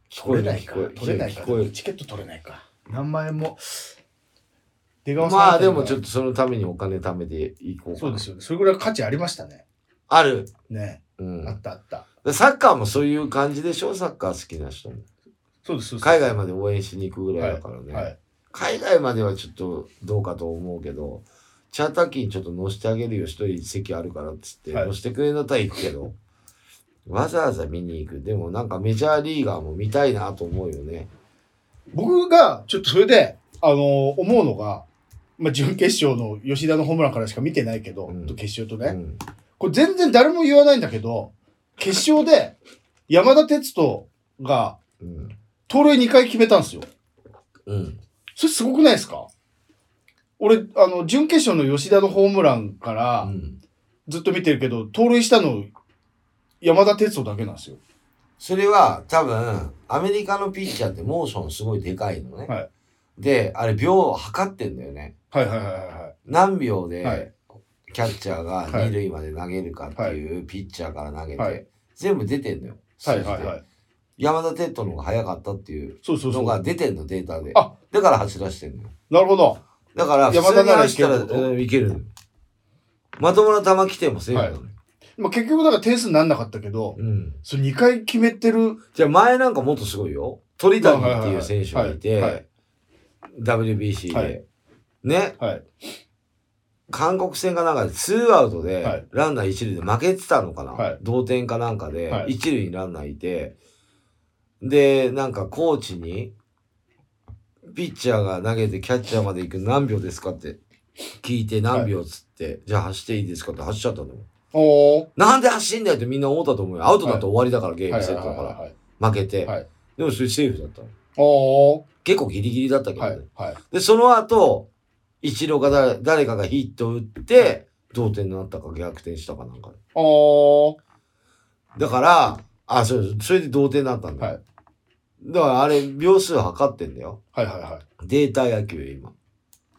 A: 聞こえ
B: 取れ
A: る
B: ないか
A: 聞こえる。
B: 取れないか
A: 聞こえる。
B: チケット取れないか何万円も出川さん
A: まあ
B: たり
A: で
B: は
A: もちょっとそのためにお金貯めていこうかな
B: そうですよね。それぐらい価値ありましたね。
A: ある。
B: ね。
A: うん
B: あ。ったあった。
A: でサッカーもそういう感じでしょサッカー好きな人も。
B: そうです。そうです
A: 海外まで応援しに行くぐらいだからね。
B: はい。
A: 海外まではちょっとどうかと思うけど、チャーター機にちょっと乗せてあげるよ、一人席あるからっつって、
B: はい
A: 乗せてくれるんだったら行くけど、わざわざ見に行く。でもなんかメジャーリーガーも見たいなと思うよね。
B: 僕が、ちょっとそれで、あのー思うのが、まあ、準決勝の吉田のホームランからしか見てないけど、
A: うん
B: と決勝と
A: う
B: ね、
A: ん。
B: これ全然誰も言わないんだけど、決勝で山田哲人が
A: うん。
B: 盗塁2回決めたんですよ。
A: うん。
B: それすごくないですか俺、あの、準決勝の吉田のホームランか
A: う
B: ら
A: ん
B: ずっと見てるけど、盗塁したの山田哲人だけなんですよ。
A: それは多分、アメリカのピッチャーってモーションすごいでかいのね。
B: はい
A: で、あれ秒を測ってんだよね。
B: はいはいはいはいはい。
A: 何秒で、
B: はい
A: キャッチャーが
B: はい
A: 二塁まで投げるかっていうピッチャーから投げて、
B: はい
A: 全部出てんのよ。
B: はいは
A: 数
B: い
A: 字
B: は
A: で
B: い。
A: 山田テッドの方が早かったっていう
B: そうそうそ
A: の
B: う。
A: が出てんの、データで。
B: あ
A: だから走らしてんのよ。
B: なるほど。
A: だから、
B: 山
A: 普
B: 田
A: 通に
B: なら
A: 走ったら、
B: いけるってこと
A: うんいけるのよまともな球来てもセーフなのよ、
B: まあ、結局だから点数になんなかったけど、
A: うん。
B: それ2回決めてる。
A: じゃあ前なんかもっとすごいよ。鳥谷っていう選手がい
B: はいはいはい
A: て、WBC
B: は
A: で
B: い。
A: ね。
B: はい。
A: 韓国戦かなんかで、ツーアウトで、
B: はい
A: ランナー一塁で負けてたのかな、
B: はい
A: 同点かなんかで、
B: はい
A: 一塁にランナーいて、で、なんかコーチに、ピッチャーが投げてキャッチャーまで行く何秒ですかって聞いて何秒っつって、じゃあ走っていいですかって走っちゃったのよ。
B: おー。
A: なんで走んだよってみんな思ったと思うよ。アウトだと終わりだから、ゲー
B: は
A: ム
B: いは
A: セ
B: い
A: ッ
B: は
A: トだ
B: い
A: か
B: はい。
A: ら。負けて。
B: はい
A: でもそれセーフだったの。
B: おー。
A: 結構ギリギリだったけど
B: は
A: ね。
B: いはい。
A: で、その後、一郎が誰誰かがヒット打って、同点になったか逆転したかなんかで。
B: おー。
A: だから、あ、そうです。それで同点になったんだよ。
B: はい
A: だからあれ、秒数測ってんだよ。
B: はいはいはい。
A: データ野球よ今。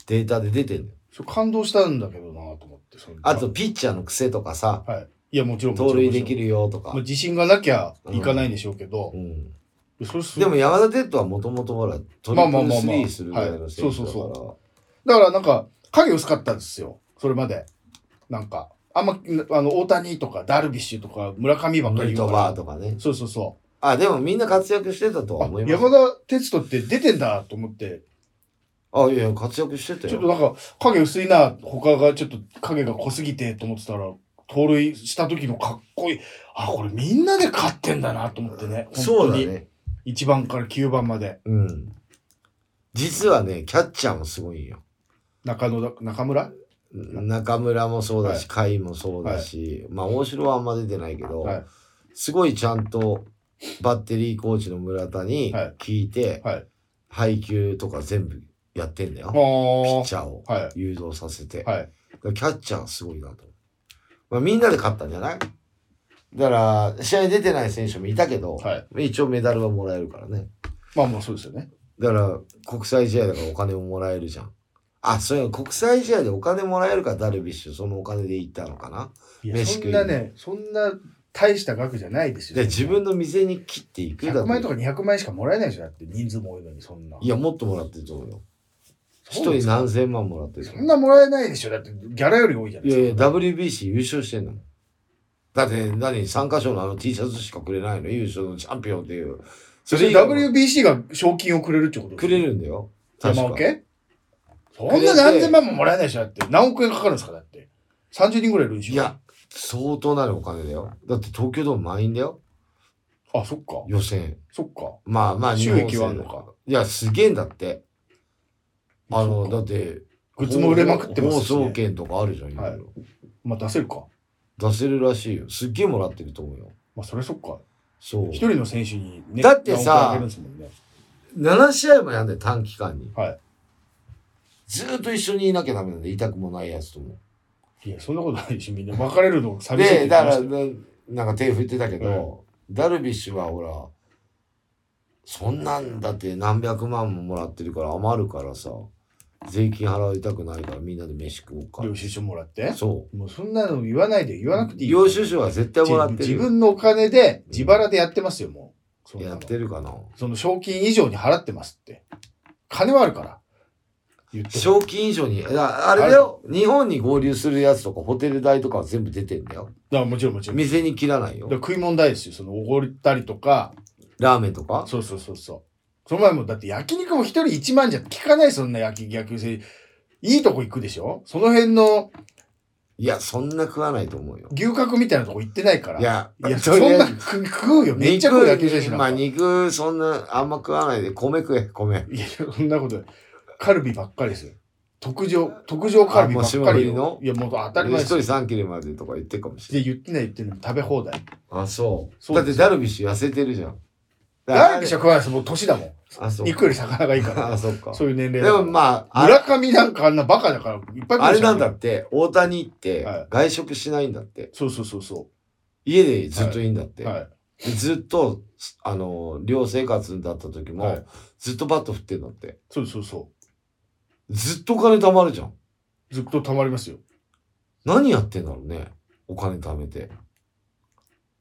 A: データで出てんだよ。
B: それ感動したんだけどなと思って。その
A: あと、、ピッチャーの癖とかさ、
B: はい。いや、もちろん。
A: 盗塁で
B: る
A: きるよとか
B: まあ、。自信がなきゃいかないんでしょうけど、
A: うん、
B: それす
A: でも山田テッドはもともとほら、ト
B: まあ
A: リ
B: まあ
A: プ
B: ま
A: ル
B: あ
A: ス
B: まあ
A: リーするぐらいの選手だ
B: はいそうそう
A: か
B: だからなんか影薄かったんですよそれまでなんかあんまあの大谷とかダルビッシュとか村上ば
A: ら、
B: っか
A: ヌー
B: り言
A: ト
B: うか
A: バー
B: ら
A: とかね。
B: そうそうそ
A: あ、でもみんな活躍してたと
B: う
A: は
B: あ
A: 思います。
B: 山田哲人って出てんだと思って
A: あ、いやいや、活躍してたよ。
B: ちょっとなんか影薄いな他がちょっと影が濃すぎてと思ってたら盗塁した時のかっこいいあこれみんなで勝ってんだなと思ってね
A: そうだ
B: 本当に
A: ね。
B: 1番から9番まで
A: うん。実はね、キャッチャーもすごいんよ。
B: 中野だ中村
A: 中村もそうだし、甲斐もそうだし、まあ大城はあんま出てないけど、
B: はい
A: すごいちゃんとバッテリーコーチの村田に
B: はい
A: 聞いて、
B: はい
A: 配球とか全部やってんだよ。
B: あ
A: ピ
B: ー
A: ッチャーを
B: は
A: 誘導させて。
B: いはい
A: キャッチャーすごいなと。まあ、みんなで勝ったんじゃないだから、試合出てない選手もいたけど、
B: はい
A: 一応メダルはもらえるからね。
B: まあまあそうですよね
A: だから、国際試合だからお金ももらえるじゃん。あ、そういう国際試合でお金もらえるから、ダルビッシュ、そのお金で行ったのかな。
B: いや
A: 飯
B: そ
A: 食
B: ん
A: い
B: なね、そんな大した額じゃないですよ。
A: で、自分の店に切っていくだ
B: 100万円とか
A: って
B: 200万円しかもらえないでしょ、だって人数も多いのに、そんな。
A: いや、もっともらってると思うよ。一
B: そうです
A: 人何千万もらってる
B: そんなもらえないでしょ、だってギャラより多いじゃない
A: い
B: で
A: や
B: す
A: い
B: か。
A: や、WBC 優勝してんの。だって何、参加賞のあの T シャツしかくれないの優勝のチャンピオンっていう。
B: そ
A: そ
B: れ
A: れ
B: WBC が賞金をくれるってこと
A: くれるんだよ。確
B: 山
A: か
B: 分けそんな何千万ももらえないでしょ、だって。何億円かかるんですか、だって。30人ぐらいいるんでしょ。
A: いや、、相当なるお金だよ。だって東京ドーム満員だよ。
B: あ、そっか。
A: 予選。
B: そっか。
A: まあまあ、日
B: 収
A: 本
B: 益はあ
A: 戦
B: るの
A: だ
B: か。
A: いや、すげえんだって。あ
B: そ
A: の、
B: っか
A: だって、
B: グッズも売れまくってますし、
A: 放送
B: ね。
A: 券とかあるじゃん、いろいろ
B: まあ出せるか。
A: 出せるらしいよ。すっげえもらってると思うよ。
B: まあそれそっか。
A: そう
B: 一。人の選手にね、
A: だってさ
B: 何億円あげるんですもんね
A: 7試合もやんだよ、短期間に。
B: はい
A: ずーっと一緒にいなきゃダメなんで、痛くもないやつとも。
B: いや、そんなことないでしょ、みんな。別れるの寂しいって言
A: で、
B: ってま
A: だ
B: した
A: か
B: よ
A: ら、ななんか手振ってたけど、ダルビッシュはほら、そんなんだって何百万ももらってるから余るからさ、税金払いたくないからみんなで飯食おうか。
B: 領収書もらって
A: そう。
B: もうそんなの言わないで言わなくていい
A: 領収書は絶対もらってる
B: 自
A: よ。
B: 分のお金で自腹でやってますよもうそんなの
A: やってるかな
B: その賞金以上に払ってますって金はあるから言って
A: 賞金以上に、ああれだよ、日本に合流するやつとか、ホテル代とかは全部出てんだよ。
B: だからもちろんもちろん。だか
A: 店に切らないよ
B: ら。食い物代ですよ。その、おごったりとか。
A: ラーメンとか
B: そうそうそうそう。その前も、だって焼肉も一人一万じゃ効かない、そんな焼き、焼きせいいとこ行くでしょその辺の
A: いや、そんな食わないと思うよ。
B: 牛角みたいなとこ行ってないから。
A: いや、
B: いや、
A: と
B: そん
A: りあえ
B: な
A: ず
B: 食食うよ。めっちゃ食うよ、焼き飯
A: 肉、
B: なん
A: ま
B: か
A: あ肉、そんな、あんま食わないで、米食え、米。
B: いや、そんなことないカルビばっかりですよ。特上、特上カルビばっかり
A: あも
B: よ。
A: う
B: いや、もう当たり前
A: 一
B: です
A: 人
B: よ。
A: 3切れまでとか言ってるかもしれ
B: で、言ってない言ってない。食べ放題。
A: ない。あ、そう。
B: そう
A: だっ
B: で
A: て
B: す
A: ダルビッシュ痩せてるじゃん。
B: ダルビッシュは食わないです。もう年だもん。
A: あ、そう。
B: 肉より魚がいいから。
A: あ、そっか。
B: そういう年齢
A: で
B: だから
A: もまあ、あれ
B: 村上なんかあんなバカだから、いっぱい
A: あ
B: 食う
A: れ
B: じゃ
A: なんだっ。て、大谷って
B: はい
A: 外食しないんだって。
B: そうそうそうそ
A: 家でずっといいんだって
B: う。。はい。
A: でずっと、あの、寮生活だった時
B: は
A: も
B: い、
A: ずっとバット振ってんだって。
B: そうそうそ
A: ずっとお金貯まるじゃん。
B: う。ずっと溜まりますよ。
A: 何やってんだろうね。お金貯めて。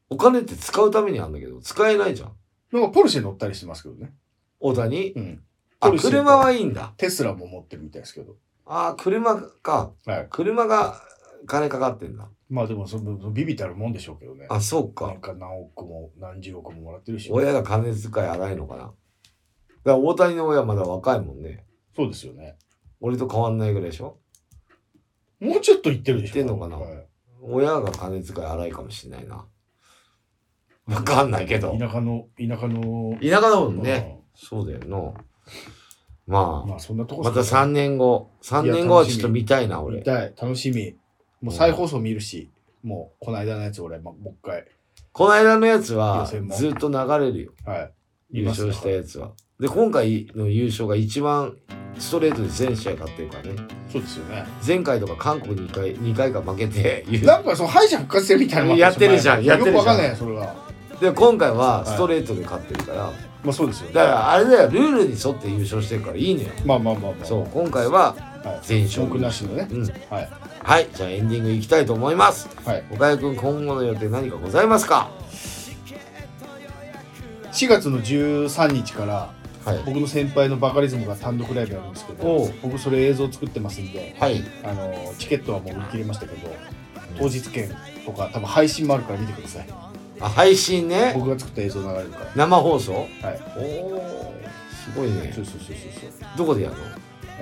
A: お金って使うためにあるんだけど、使えないじゃん。
B: なんかポルシェ乗ったりしてますけどね。
A: 大谷
B: うん。
A: あ、
B: ポルシェと
A: 車はいいんだ。
B: テスラも持ってるみたいですけど。
A: あー、車か。
B: はい。
A: 車が金かかってんだ。
B: まあでも、そのビビたるもんでしょうけどね。
A: あ、そうか
B: なん。か何億も何十億ももらってるし。
A: 親が金遣い荒いのかな。だから大谷の親まだ若いもんね。
B: そうですよね。
A: 俺と変わんないぐらいでしょ
B: もうちょっと言ってるでしょ。
A: 言ってんのかな
B: はい
A: 親が金遣い荒いかもしれないな。わかんないけど。
B: 田舎の、田舎の。
A: 田舎だもんね。そうだよな。
B: う
A: ま
B: ん。
A: あ、
B: まあそんなとこ
A: また3年後。3年後はちょっと見たいな、
B: 見
A: 俺。
B: たい。楽しみ。もう再放送見るし、もうこの間のやつ俺、ま、もう一回。
A: この間のやつは
B: 予選も
A: ずっと流れるよ。
B: はい。見
A: 優
B: ます
A: 勝したやつは。で、今回の優勝が一番ストレートで全試合勝ってるからね。
B: そうですよね。
A: 前回とか韓国2回、2回か負けて優
B: なんかその敗者復活戦みたいなのもあったし
A: やってるじゃん
B: 前
A: やってるじゃん
B: よくわかんないよそれは。
A: で、今回はストレートで勝ってるから。
B: まあそうですよね。
A: だから、あれだよ、ルールに沿って優勝してるからいいのよ。
B: まあまあまあまあ。
A: そう、今回は
B: はい。
A: 全勝。
B: 文句なしのね。
A: うん。
B: はい。
A: はい、じゃあエンディングいきたいと思います。
B: はい。
A: 岡谷君、今後の予定何かございますか
B: 4月の13日から、
A: はい。
B: 僕の先輩のバカリズムが単独ライブやるんですけ
A: お
B: ど
A: う、
B: 僕それ映像作ってますんで、
A: はい。
B: あのチケットはもう売り切れましたけど、当日券とか多分配信もあるから見てください。
A: あ、配信ね。
B: 僕が作った映像流れるか
A: 生放送
B: ら。はい。
A: おおすごいね
B: そうそうそうそうそう。
A: どこでやるの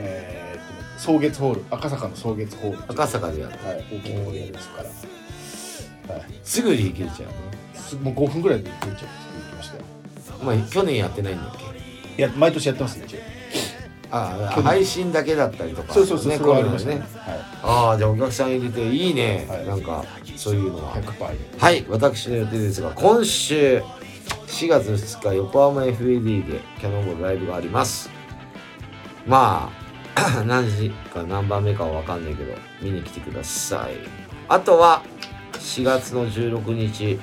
B: えーっと、草月ホール、赤坂の草月ホール。
A: 赤坂でやるの
B: はい、大きいホールやりますから。はい。
A: すぐ売り切れちゃうね
B: すもう5分ぐらいで出ちゃうって言ってましたよ。
A: まあ去年やってないんだっけ
B: いや、毎年やってますね、一応。
A: ああ
B: 去年
A: 配信だけだったりとか
B: そうそうそう、
A: ね
B: それはあり
A: コロ
B: ま
A: ナ
B: し
A: で
B: たね
A: ね。
B: は
A: ああじゃあお客さん入れていいね、
B: はい。
A: なんかそういうのはい
B: 100%。
A: はい私の予定ですが今週4月2日横浜 FAD でキャノンボールライブがありますまあ 何時か何番目かは分かんないけど見に来てくださいあとは4月の16日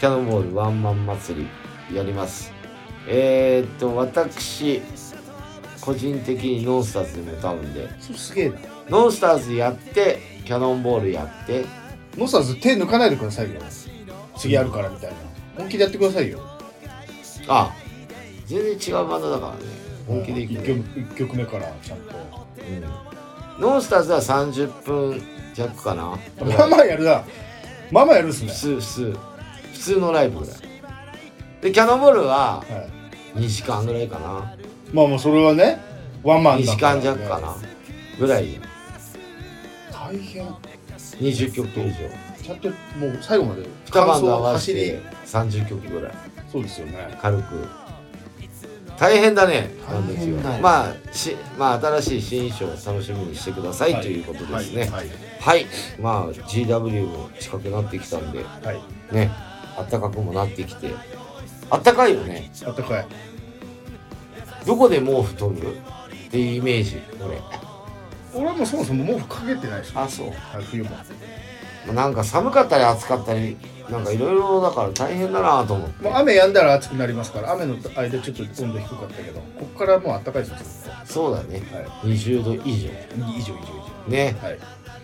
A: キャノンボールワンマン祭りやりますえー、っと私個人的にノンスターズでも歌うんで
B: そうすげえな。
A: ノンスターズやってキャノンボールやって
B: ノサーズ手抜かないでくださいよ。次やるからみたいな。本気でやってくださいよ。
A: あ全然違うバンドだからね本気でいく、
B: 1
A: ね
B: 曲一曲目からちゃんと。
A: うん、ノンスターズは30分弱かな
B: まあまあやるな。まあまあやるっすね
A: 普。通普通普通のライブぐらいでキャノンボールは
B: はい。
A: 2時間ぐらいかな
B: まあもうそれはね、ワンマ
A: 2
B: ンだ
A: 時
B: から
A: 間
B: ね
A: 弱かなぐらい
B: 大変。
A: 20曲以上
B: ちゃんともう最後まで
A: 2バンド合
B: を
A: わ
B: 走
A: せ
B: り
A: て30曲ぐらい
B: そうですよね
A: 軽く大変だね
B: 大変だよ
A: まあしまあ新しい新衣装を楽しみにしてください、ということですね、
B: はい
A: はい、まあ GW も近くなってきたんで、
B: はい、はい、
A: ね、暖かくもなってきて、暖かいよね。
B: あったかい
A: どこで毛布取るっていうイメージ、俺。
B: 俺はもうそもそも毛布かけてないし、
A: あ、そう。
B: はい、冬も
A: なんか寒かったり暑かったり、なんかいろいろだから大変だなと思って。
B: もう雨やんだら暑くなりますから雨の間ちょっと温度低かったけどここからもうあったかいですよ
A: そうだね。
B: はい
A: 20度以上。
B: 以上以上以
A: ね。
B: 上はい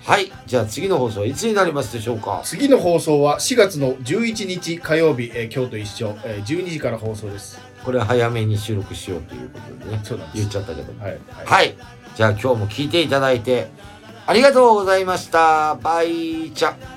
A: はい。じゃあ次の放送はいつになりますでしょうか
B: 次の放送は4月の11日火曜日、えー、今日と一緒、えー、12時から放送です
A: これ早めに収録しようということでね。
B: そうなんです
A: 言っちゃったけども。
B: はい
A: はい。じゃあ今日も聞いていただいてありがとうございました。バイチャ。